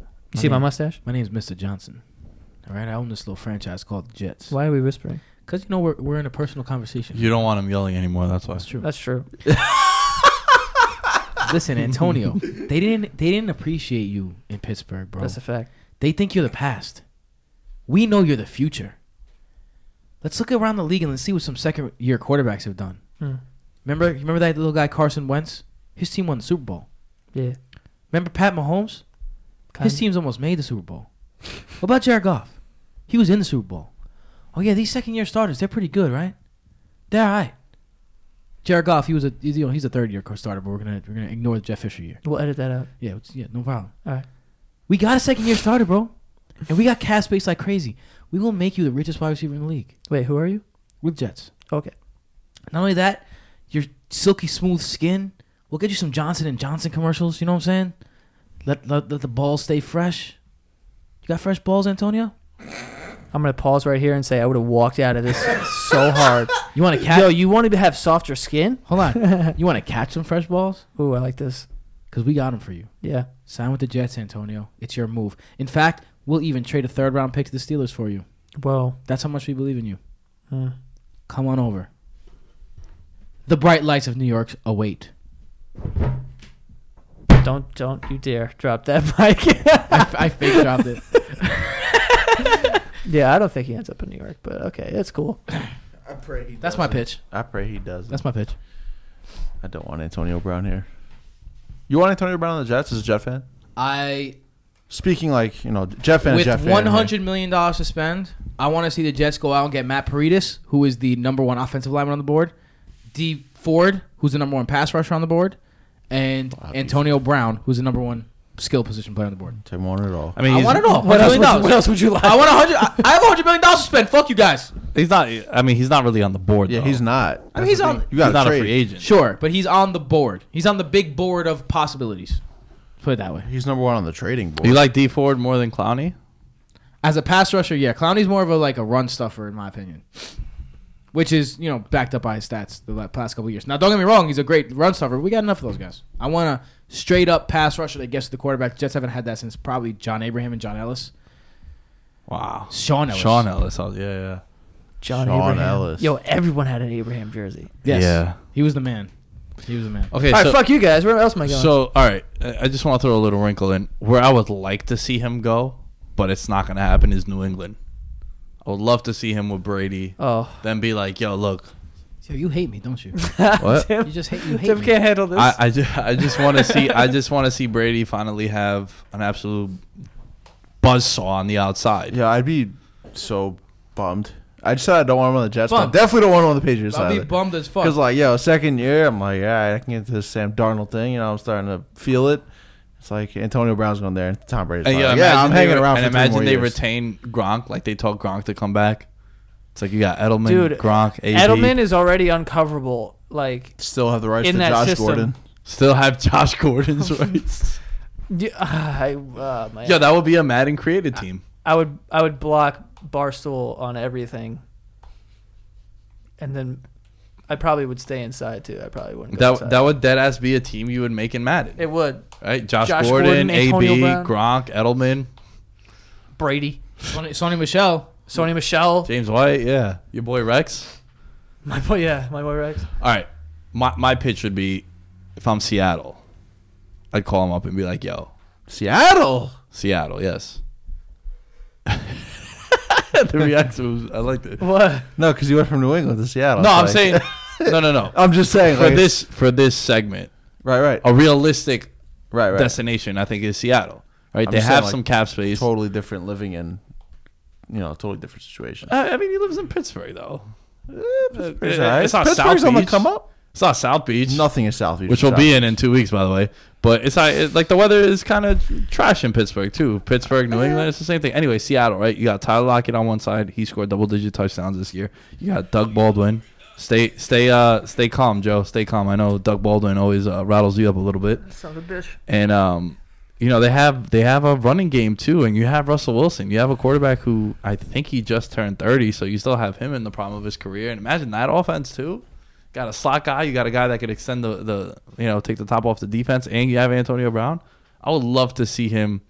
Speaker 1: you
Speaker 2: My
Speaker 1: see my
Speaker 2: name-
Speaker 1: mustache
Speaker 2: My name's Mr. Johnson. All right, I own this little franchise called the Jets.
Speaker 1: why are we whispering
Speaker 2: Because you know we're, we're in a personal conversation.
Speaker 4: You don't want him yelling anymore. That's why.
Speaker 2: That's true.
Speaker 1: that's true
Speaker 2: Listen, Antonio, they didn't they didn't appreciate you in Pittsburgh, bro.
Speaker 1: that's a fact
Speaker 2: they think you're the past. We know you're the future. Let's look around the league and let's see what some second year quarterbacks have done.
Speaker 1: Hmm.
Speaker 2: Remember, remember that little guy Carson Wentz? His team won the Super Bowl.
Speaker 1: Yeah.
Speaker 2: Remember Pat Mahomes?
Speaker 1: Kinda.
Speaker 2: His team's almost made the Super Bowl. What about Jared Goff? He was in the Super Bowl. Oh yeah, these second year starters, they're pretty good, right? They're all right. Jared Goff, he was a he's, you know, he's a third year starter, but we're gonna we're gonna ignore the Jeff Fisher year.
Speaker 1: We'll edit that out.
Speaker 2: Yeah, it's- yeah, no problem.
Speaker 1: All right.
Speaker 2: We got a second year starter, bro, and we got cap space like crazy. We will make you the richest wide receiver in the league
Speaker 1: Wait, who are you?
Speaker 2: with Jets.
Speaker 1: Okay.
Speaker 2: Not only that, your silky smooth skin. We'll get you some Johnson and Johnson commercials. You know what I'm saying? Let let, let the balls stay fresh. You got fresh balls, Antonio?
Speaker 1: I'm gonna pause right here and say I would have walked out of this so hard.
Speaker 2: You want to catch?
Speaker 1: Yo, you wanted to have softer skin?
Speaker 2: Hold on. you want to catch some fresh balls?
Speaker 1: Ooh, I like this.
Speaker 2: Cause we got them for you.
Speaker 1: Yeah.
Speaker 2: Sign with the Jets, Antonio. It's your move. In fact, we'll even trade a third round pick to the Steelers for you.
Speaker 1: Whoa.
Speaker 2: That's how much we believe in you.
Speaker 1: Hmm.
Speaker 2: Come on over. The bright lights of New York await.
Speaker 1: Don't don't you dare drop that mic.
Speaker 2: I, I fake dropped it.
Speaker 1: yeah, I don't think he ends up in New York, but okay, that's cool.
Speaker 5: I pray he.
Speaker 2: That's my pitch.
Speaker 5: I pray he does.
Speaker 2: That's my pitch.
Speaker 5: I don't want Antonio Brown here. You want Antonio Brown on the Jets as a Jet fan?
Speaker 2: I
Speaker 5: Speaking like you know, Jet fan. Jet
Speaker 2: with
Speaker 5: fan,
Speaker 2: one hundred million dollars to spend, I want to see the Jets go out and get Matt Paredes, who is the number one offensive lineman on the board, D Ford, who's the number one pass rusher on the board, and Antonio Brown, who's the number one skill position player on the board.
Speaker 5: Take him on it all.
Speaker 4: I mean,
Speaker 2: I
Speaker 4: he's,
Speaker 2: want it all.
Speaker 1: What else, would
Speaker 2: $100
Speaker 1: you,
Speaker 2: million.
Speaker 1: what else would you like?
Speaker 2: I want a hundred. I, I have a hundred million dollars to spend. Fuck you guys.
Speaker 4: he's not. I mean, he's not really on the board.
Speaker 5: yeah,
Speaker 4: though.
Speaker 5: he's not.
Speaker 2: I mean, he's on.
Speaker 5: You got
Speaker 4: he's not
Speaker 5: trade.
Speaker 4: a free agent.
Speaker 2: Sure, but he's on the board. He's on the big board of possibilities. Put it that way.
Speaker 5: He's number one on the trading board.
Speaker 4: Do you like D Ford more than Clowney?
Speaker 2: As a pass rusher, yeah, Clowney's more of a like a run stuffer in my opinion, which is you know backed up by his stats the la- past couple years. Now, don't get me wrong, he's a great run stuffer. We got enough of those guys. I want a straight up pass rusher that gets to the quarterback. Jets haven't had that since probably John Abraham and John Ellis.
Speaker 4: Wow.
Speaker 2: Sean Ellis.
Speaker 4: Sean Ellis. oh, Yeah, yeah.
Speaker 1: John
Speaker 5: Sean
Speaker 1: Abraham.
Speaker 5: Ellis.
Speaker 1: Yo, everyone had an Abraham jersey.
Speaker 2: Yes.
Speaker 4: Yeah.
Speaker 2: He was the man. He was the man.
Speaker 4: Okay.
Speaker 1: All right,
Speaker 4: so,
Speaker 1: fuck you guys. Where else am I going?
Speaker 4: so all right. I I just want to throw a little wrinkle in where I would like to see him go, but it's not going to happen. Is New England? I would love to see him with Brady.
Speaker 1: oh,
Speaker 4: Then be like, yo, look,
Speaker 2: Theo, you hate me, don't you?
Speaker 4: What?
Speaker 2: you just hate you hate
Speaker 1: Tim
Speaker 2: me.
Speaker 1: can't handle this.
Speaker 4: I, I just, I just want to see I just want to see Brady finally have an absolute buzzsaw on the outside.
Speaker 5: Yeah, I'd be so bummed. I just said I don't want him on the Jets, but I
Speaker 2: Bummed.
Speaker 5: definitely don't want him on the Patriots
Speaker 2: I'll be
Speaker 5: either.
Speaker 2: bummed as fuck.
Speaker 5: Because like, yo, second year, I'm like, all right, I can get this Sam Darnold thing. You know, I'm starting to feel it. It's like Antonio Brown's going there, Tom Brady's.
Speaker 4: And
Speaker 5: like,
Speaker 4: yeah,
Speaker 5: yeah,
Speaker 4: imagine
Speaker 5: I'm
Speaker 4: they
Speaker 5: hanging
Speaker 4: re-
Speaker 5: around.
Speaker 4: And
Speaker 5: for
Speaker 4: imagine
Speaker 5: three more
Speaker 4: they
Speaker 5: years.
Speaker 4: retain Gronk, like they told Gronk to come back. It's like you got Edelman,
Speaker 1: Dude,
Speaker 4: Gronk, AB.
Speaker 1: Edelman is already uncoverable. Like,
Speaker 5: still have the rights
Speaker 1: in
Speaker 5: to
Speaker 1: that
Speaker 5: Josh
Speaker 1: system.
Speaker 5: Gordon.
Speaker 4: Still have Josh Gordon's rights.
Speaker 1: y- I, uh, man.
Speaker 4: Yo, that would be a Madden created team.
Speaker 1: I would I would block Barstool on everything, and then I probably would stay inside too. I probably wouldn't. Go
Speaker 4: That
Speaker 5: uh,
Speaker 1: outside.
Speaker 4: that would dead ass be a team you would make in Madden.
Speaker 1: it would
Speaker 4: Right? Josh,
Speaker 1: Josh
Speaker 4: Gordon,
Speaker 1: Gordon, Antonio
Speaker 4: AB,
Speaker 1: Brown.
Speaker 4: Gronk, Edelman,
Speaker 1: Brady,
Speaker 2: Sonny, Sonny Michelle.
Speaker 1: Sony Michelle,
Speaker 4: James White, yeah. Your boy Rex.
Speaker 1: my boy. Yeah, my boy Rex.
Speaker 4: All right. My my pitch would be if I'm Seattle, I'd call him up and be like, yo,
Speaker 5: Seattle.
Speaker 4: Seattle, yes. the reaction was I liked it.
Speaker 1: What?
Speaker 5: No, because he went from New England to Seattle.
Speaker 4: No,
Speaker 5: It's
Speaker 4: I'm
Speaker 5: like-
Speaker 4: saying no no no.
Speaker 5: I'm just saying
Speaker 4: For
Speaker 5: like,
Speaker 4: this Oh, for this segment,
Speaker 5: Right, right,
Speaker 4: a realistic
Speaker 5: right, right.
Speaker 4: destination I think is Seattle. Right?
Speaker 5: I'm
Speaker 4: they
Speaker 5: just
Speaker 4: have
Speaker 5: saying,
Speaker 4: some
Speaker 5: like,
Speaker 4: cap space.
Speaker 5: totally different living in, you know, totally different situation.
Speaker 4: I, I mean he lives in Pittsburgh though.
Speaker 5: Pittsburgh's
Speaker 4: Uh, it-
Speaker 5: alright.
Speaker 4: it's not South
Speaker 5: Pittsburgh's on the
Speaker 4: Beach.
Speaker 5: come up.
Speaker 4: It's not South Beach.
Speaker 5: Nothing is South Beach,
Speaker 4: which will be in in two weeks, by the way. But it's not, it, like the weather is kind of trash in Pittsburgh too. Pittsburgh, New England, it's the same thing. Anyway, Seattle, right? You got Tyler Lockett on one side; he scored double-digit touchdowns this year. You got Doug Baldwin. Stay, stay, uh, stay calm, Joe. Stay calm. I know Doug Baldwin always uh, rattles you up a little bit,
Speaker 1: Son of a bitch.
Speaker 4: and um, you know they have they have a running game too, and you have Russell Wilson. You have a quarterback who I think he just turned thirty, so you still have him in the prime of his career. And imagine that offense too. Got a slot guy. You got a guy that could extend the, the you know take the top off the defense, and you have Antonio Brown. I would love to see him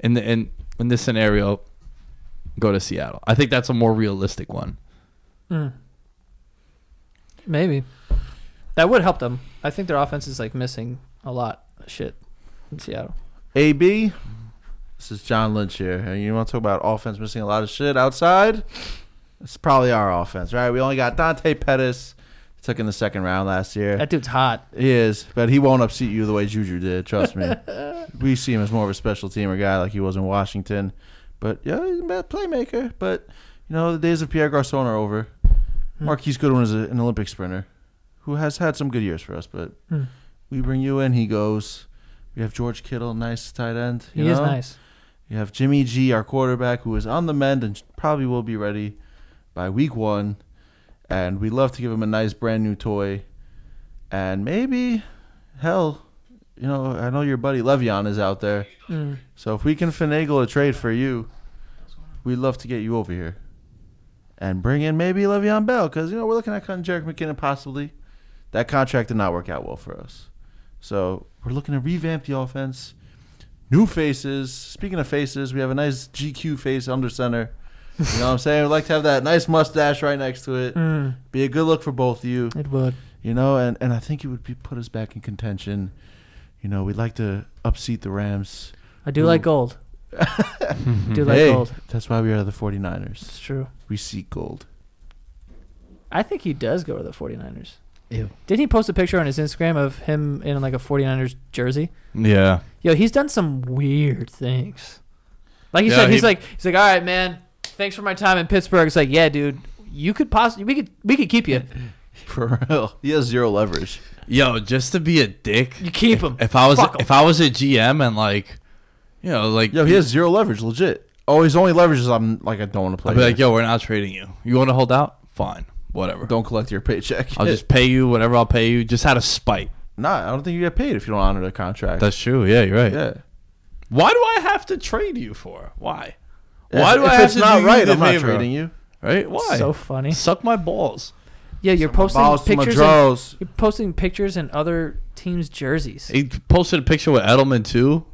Speaker 4: in the in in this scenario go to Seattle. I think that's a more realistic one.
Speaker 1: Maybe that would help them. I think their offense is like missing a lot of shit in Seattle.
Speaker 5: AB. This is John Lynch here. And you want to talk about offense missing a lot of shit outside? It's probably our offense, right? We only got Dante Pettis. Took in the second round last year.
Speaker 1: That dude's hot.
Speaker 5: He is, but he won't upset you the way Juju did. Trust me. we see him as more of a special teamer guy, like he was in Washington. But yeah, he's a bad playmaker. But you know, the days of Pierre Garcon are over.
Speaker 1: Hmm.
Speaker 5: Marquise Goodwin is a, an Olympic sprinter, who has had some good years for us. But
Speaker 1: Hmm.
Speaker 5: we bring you in, he goes. We have George Kittle, nice tight end.
Speaker 1: He
Speaker 5: you
Speaker 1: is
Speaker 5: know?
Speaker 1: nice.
Speaker 5: You have Jimmy G, our quarterback, who is on the mend and probably will be ready by week one. And we love to give him a nice brand new toy. And maybe, hell, you know, I know your buddy Le'Veon is out there.
Speaker 1: Mm.
Speaker 5: So if we can finagle a trade for you, we'd love to get you over here. And bring in maybe Le'Veon Bell, because, you know, we're looking at cutting Jarek McKinnon possibly. That contract did not work out well for us. So we're looking to revamp the offense. New faces. Speaking of faces, we have a nice GQ face under center. You know what I'm saying? We'd like to have that nice mustache right next to it.
Speaker 1: Mm.
Speaker 5: Be a good look for both of you.
Speaker 1: It would.
Speaker 5: You know, and, and I think it would be put us back in contention. You know, we'd like to upseat the Rams.
Speaker 1: I do like
Speaker 5: Ooh.
Speaker 1: gold. I do like
Speaker 5: Hey,
Speaker 1: gold.
Speaker 5: That's why we are the 49ers.
Speaker 1: It's true.
Speaker 5: We seek gold.
Speaker 1: I think he does go to the 49ers.
Speaker 2: Ew.
Speaker 1: Didn't he post a picture on his Instagram of him in like a 49ers jersey?
Speaker 4: Yeah,
Speaker 1: Yo, he's done some weird things. Like he
Speaker 4: Yeah,
Speaker 1: said,
Speaker 4: he-
Speaker 1: he's like he's like, all right, man, thanks for my time in Pittsburgh. It's like, yeah, dude, you could possibly we could we could keep you.
Speaker 5: For real. He has zero leverage.
Speaker 4: yo, just to be a dick.
Speaker 1: You keep him.
Speaker 4: If I was
Speaker 1: Fuck 'em.
Speaker 4: if I was a GM and like, you know, like
Speaker 5: Yo, he has zero leverage, legit. Oh, his only leverage is I'm like, I don't want to play.
Speaker 4: I'd be
Speaker 5: here.
Speaker 4: like, yo, we're not trading you. You want to hold out? Fine, whatever.
Speaker 5: don't collect your paycheck.
Speaker 4: I'll just pay you whatever I'll pay you, just out of spite.
Speaker 5: Nah, I don't think you get paid if you don't honor the contract.
Speaker 4: That's true. Yeah, you're right.
Speaker 5: yeah.
Speaker 4: Why do I have to trade you for? Why? Why
Speaker 5: If-
Speaker 4: do I
Speaker 5: if
Speaker 4: have
Speaker 5: it's
Speaker 4: to
Speaker 5: not
Speaker 4: do
Speaker 5: right?
Speaker 4: you the
Speaker 5: I'm not
Speaker 4: favor?
Speaker 5: trading you.
Speaker 4: Right? Why?
Speaker 1: So funny.
Speaker 4: Suck my balls.
Speaker 1: Yeah, you're posting
Speaker 5: Balls to my
Speaker 1: pictures. In,
Speaker 5: drawers.
Speaker 1: you're posting pictures in other teams' jerseys.
Speaker 4: He posted a picture with Edelman too,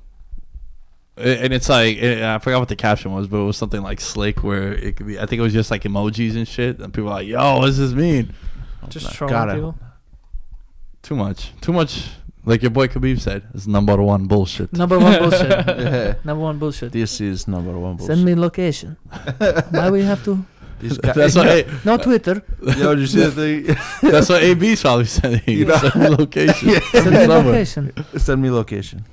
Speaker 4: A- and it's like and I forgot what the caption was, but it was something like slick, where it could be. I think it was just like emojis and shit, and people were like, "Yo, what does this mean?"
Speaker 1: Just
Speaker 5: my
Speaker 1: trolling
Speaker 5: God, I-
Speaker 1: people.
Speaker 4: Too much. Too much. Like your boy Khabib said, it's number one bullshit.
Speaker 1: Number one bullshit.
Speaker 5: Yeah.
Speaker 1: Number one bullshit.
Speaker 5: This is number one bullshit.
Speaker 1: Send me location. Why we have to?
Speaker 5: These guys-
Speaker 4: That's why.
Speaker 1: No Twitter.
Speaker 5: Yo, did you see the thing?
Speaker 4: That's what AB's probably sending. You
Speaker 5: Yeah.
Speaker 4: send me location.
Speaker 1: Send me location.
Speaker 5: Send me location.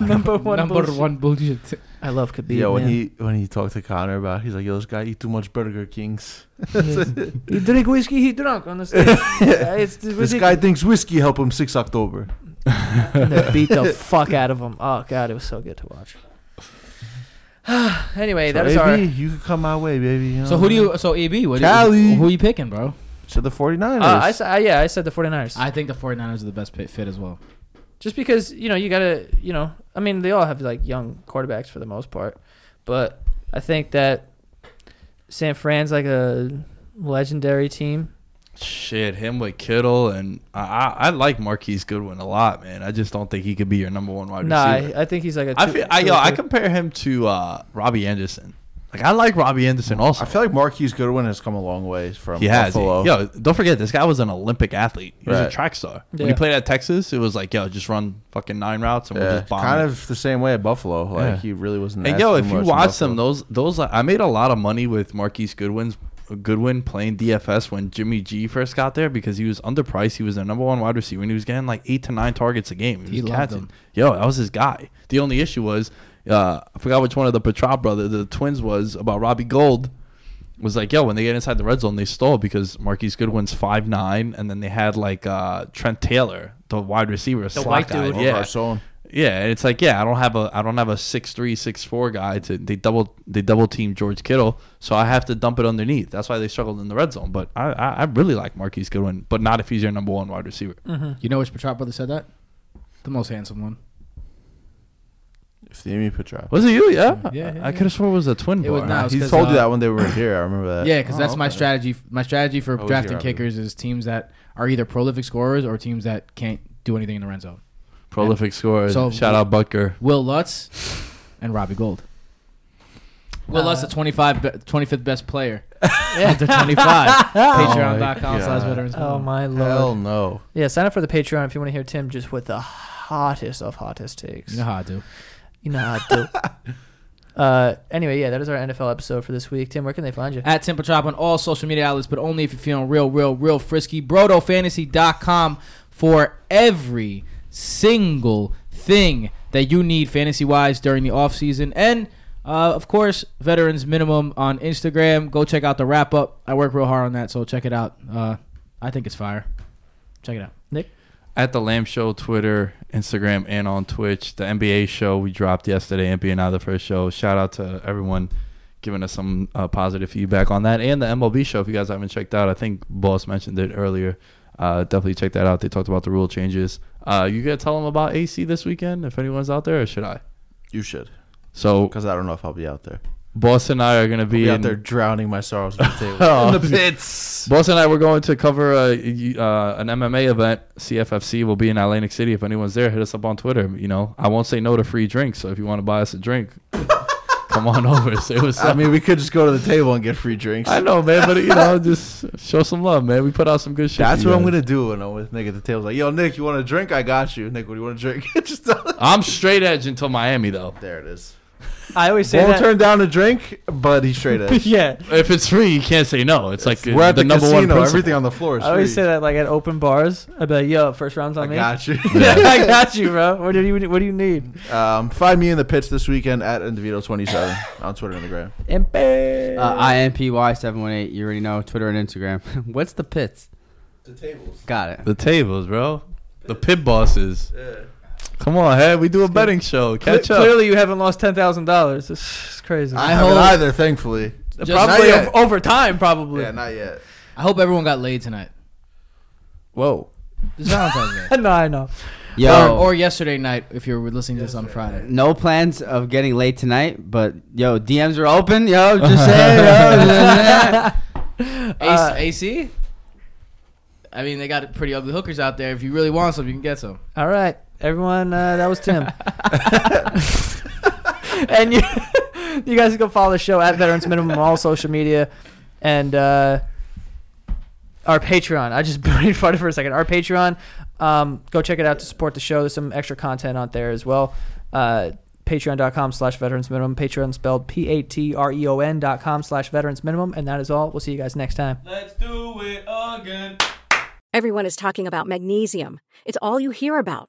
Speaker 1: Number one.
Speaker 2: Number
Speaker 1: bullshit.
Speaker 2: one bullshit.
Speaker 1: I love Khabib.
Speaker 5: Yeah, when
Speaker 1: man.
Speaker 5: he when he talked to Connor about, it, he's like, "Yo, this guy eat too much Burger Kings.
Speaker 1: he drink whiskey. He drunk on the stage. Uh, it's
Speaker 5: This guy thinks whiskey helped him six October."
Speaker 1: they beat the fuck out of him. Oh god, it was so good to watch. anyway, that
Speaker 5: so
Speaker 1: was
Speaker 5: AB,
Speaker 1: our.
Speaker 5: you can come my way, baby. You know
Speaker 2: So
Speaker 5: what
Speaker 2: who
Speaker 5: I
Speaker 2: do
Speaker 5: mean?
Speaker 2: you? So AB, what do
Speaker 5: Cali.
Speaker 2: you, who are you picking, bro?
Speaker 5: To the 49ers.
Speaker 1: Uh, I, s- I- yeah, I said the 49ers.
Speaker 2: I think the 49ers are the best fit, fit as well.
Speaker 1: Just because you know you gotta you know I mean they all have like young quarterbacks for the most part, but I think that San Fran's like a legendary team.
Speaker 4: Shit, him with Kittle and I, I, I like Marquise Goodwin a lot, man. I just don't think he could be your number one wide
Speaker 1: Nah, I,
Speaker 4: receiver.
Speaker 1: I think he's like a.
Speaker 4: I,
Speaker 1: two-
Speaker 4: feel, I
Speaker 1: two
Speaker 4: yo,
Speaker 1: or
Speaker 4: I
Speaker 1: three.
Speaker 4: compare him to uh, Robbie Anderson. Like I like Robbie Anderson also.
Speaker 5: I feel like Marquise Goodwin has come a long way from
Speaker 4: he has. He,
Speaker 5: Buffalo.
Speaker 4: yo, don't forget this guy was an Olympic athlete. He was
Speaker 5: Right.
Speaker 4: a track star. When
Speaker 1: Yeah.
Speaker 4: he played at Texas, it was like, yo, just run fucking nine routes and we'll
Speaker 5: yeah,
Speaker 4: just bomb.
Speaker 5: kind
Speaker 4: it.
Speaker 5: of the same way at Buffalo. Like
Speaker 4: Yeah.
Speaker 5: he really wasn't.
Speaker 4: And
Speaker 5: asked
Speaker 4: yo,
Speaker 5: to
Speaker 4: if
Speaker 5: do
Speaker 4: you
Speaker 5: much in
Speaker 4: watch them,
Speaker 5: Buffalo.
Speaker 4: those those I made a lot of money with Marquise Goodwin's Goodwin playing DFS when Jimmy G first got there because he was underpriced. He was their number one wide receiver, and he was getting like eight to nine targets a game.
Speaker 2: He
Speaker 4: He, was
Speaker 2: loved
Speaker 4: catching.
Speaker 2: them.
Speaker 4: Yo, that was his guy. The only issue was uh, I forgot which one of the Petrov brother, the twins, was about Robbie Gold. Was like, yo, when they get inside the red zone, they stole because Marquise Goodwin's five nine, and then they had like uh, Trent Taylor, the wide receiver, the slot
Speaker 1: white
Speaker 4: guy.
Speaker 1: dude.
Speaker 5: Oh,
Speaker 4: yeah,
Speaker 5: Garcon.
Speaker 4: yeah, and it's like yeah, I don't have a I don't have a six three six four guy to they double they double team George Kittle, so I have to dump it underneath. That's why they struggled in the red zone. But I I, I really like Marquise Goodwin, but not if he's your number one wide receiver.
Speaker 2: You know which Petrop brother said that? The most handsome one.
Speaker 5: If the Amy Petra.
Speaker 4: Was it you? Yeah,
Speaker 2: Yeah, yeah,
Speaker 4: I could have sworn it was a twin.
Speaker 2: It was
Speaker 4: bar.
Speaker 2: not.
Speaker 5: He
Speaker 2: 'cause,
Speaker 5: told you
Speaker 2: uh,
Speaker 5: that when they were here. I remember that.
Speaker 2: Yeah, because
Speaker 5: Oh,
Speaker 2: that's my
Speaker 5: okay.
Speaker 2: strategy. My strategy for
Speaker 5: What was
Speaker 2: drafting
Speaker 5: your argument?
Speaker 2: kickers is teams that are either prolific scorers or teams that can't do anything in the red zone.
Speaker 4: prolific scorer.
Speaker 2: So-
Speaker 4: Shout out Butker.
Speaker 2: Will Lutz and Robbie Gold. Will Lutz, the 25 be- 25th best player.
Speaker 1: Uh, Yeah.
Speaker 2: Under 25.
Speaker 5: God.
Speaker 2: Patreon.com slash veterans.
Speaker 1: Oh my lord.
Speaker 5: Hell no.
Speaker 1: Yeah, sign up for the Patreon if you want to hear Tim just with the hottest of hottest takes.
Speaker 2: You know how I do.
Speaker 1: You know how I do. uh, anyway, yeah, that is our NFL episode for this week. Tim, where can they find you?
Speaker 2: At Temper Chop on all social media outlets, but only if you're feeling real, real, real frisky. BrodoFantasy.com for every single thing that you need fantasy wise during the offseason. And uh, of course, Veterans Minimum on Instagram. Go check out the wrap up. I work real hard on that, so check it out. Uh, I think it's fire. Check it out.
Speaker 1: Nick?
Speaker 4: At the Lamb Show, Twitter, Instagram, and on Twitch. The NBA show we dropped yesterday, MP and I, the first show. Shout out to everyone giving us some uh, positive feedback on that. And the MLB show, if you guys haven't checked out, I think Boss mentioned it earlier. Uh, definitely check that out. They talked about the rule changes. Uh, you gonna tell them about AC this weekend if anyone's out there, or should I?
Speaker 5: You should.
Speaker 4: So,
Speaker 5: Because I don't know if I'll be out there.
Speaker 4: Boss and I are gonna
Speaker 5: Be
Speaker 4: be
Speaker 5: out
Speaker 4: in-
Speaker 5: there drowning my sorrows on the table.
Speaker 4: Oh.
Speaker 5: In the pits.
Speaker 4: Boss and I were going to cover uh, y- uh, an MMA event. CFFC will be in Atlantic City. If anyone's there, hit us up on Twitter. You know, I won't say no to free drinks. So if you want to buy us a drink, come on over. Say what's
Speaker 5: I
Speaker 4: up.
Speaker 5: mean, we could just go to the table and get free drinks.
Speaker 4: I know, man, but you know, just show some love, man. We put out some good shit.
Speaker 5: That's
Speaker 4: for
Speaker 5: what
Speaker 4: you
Speaker 5: I'm
Speaker 4: guys.
Speaker 5: gonna do when I'm with Nick at the table. Like, yo, Nick, you want a drink? I got you. Nick, what do you want to drink? Just tell him.
Speaker 4: I'm straight edge until Miami, though.
Speaker 5: There it is.
Speaker 1: I always say
Speaker 5: Won't
Speaker 1: that.
Speaker 5: turn down a drink, but he's straight edge.
Speaker 1: yeah.
Speaker 4: If it's free, you can't say no. It's like
Speaker 5: We're at the,
Speaker 4: number
Speaker 5: casino.
Speaker 4: one.
Speaker 5: Everything
Speaker 4: Everything.
Speaker 5: on the floor is
Speaker 1: I always
Speaker 5: free.
Speaker 1: say that like at open bars. I'd be like, yo, first round's on
Speaker 5: I
Speaker 1: me.
Speaker 5: got you.
Speaker 1: I got you, bro. What do you what do you need?
Speaker 5: um, find me in the pits this weekend at Indevito27 on Twitter and Instagram.
Speaker 1: Impaired.
Speaker 6: Uh, IMPY718, you already know, Twitter and Instagram. What's the pits?
Speaker 5: The tables.
Speaker 6: Got it.
Speaker 4: The tables, bro. The pit bosses. Come on, hey, we do a betting show. Catch up.
Speaker 1: Clearly you haven't lost ten thousand dollars. It's crazy.
Speaker 5: I haven't either, thankfully. Not
Speaker 1: probably
Speaker 5: yet.
Speaker 1: ov- over time, probably.
Speaker 5: Yeah, not yet.
Speaker 2: I hope everyone got laid tonight.
Speaker 5: Whoa.
Speaker 2: It's Valentine's Day.
Speaker 1: no, I know.
Speaker 6: Yo,
Speaker 2: Or, or yesterday night if you're listening to this on Friday.
Speaker 6: no plans of getting late tonight, but yo, DMs are open. Yo, just say, yo, just say.
Speaker 1: Uh,
Speaker 2: AC, AC? I mean, they got pretty ugly hookers out there. If you really want some, you can get some.
Speaker 1: All right, everyone. Uh, that was Tim. and you, you guys can go follow the show at Veterans Minimum on all social media, and uh, our Patreon. I just brain farted for a second. Our Patreon. Um, go check it out to support the show. There's some extra content out there as well. Uh, patreon.com slash veterans minimum. Patreon spelled P A T R E O N dot com slash veterans minimum. And that is all. We'll see you guys next time.
Speaker 4: Let's do it again.
Speaker 7: Everyone is talking about magnesium. It's all you hear about.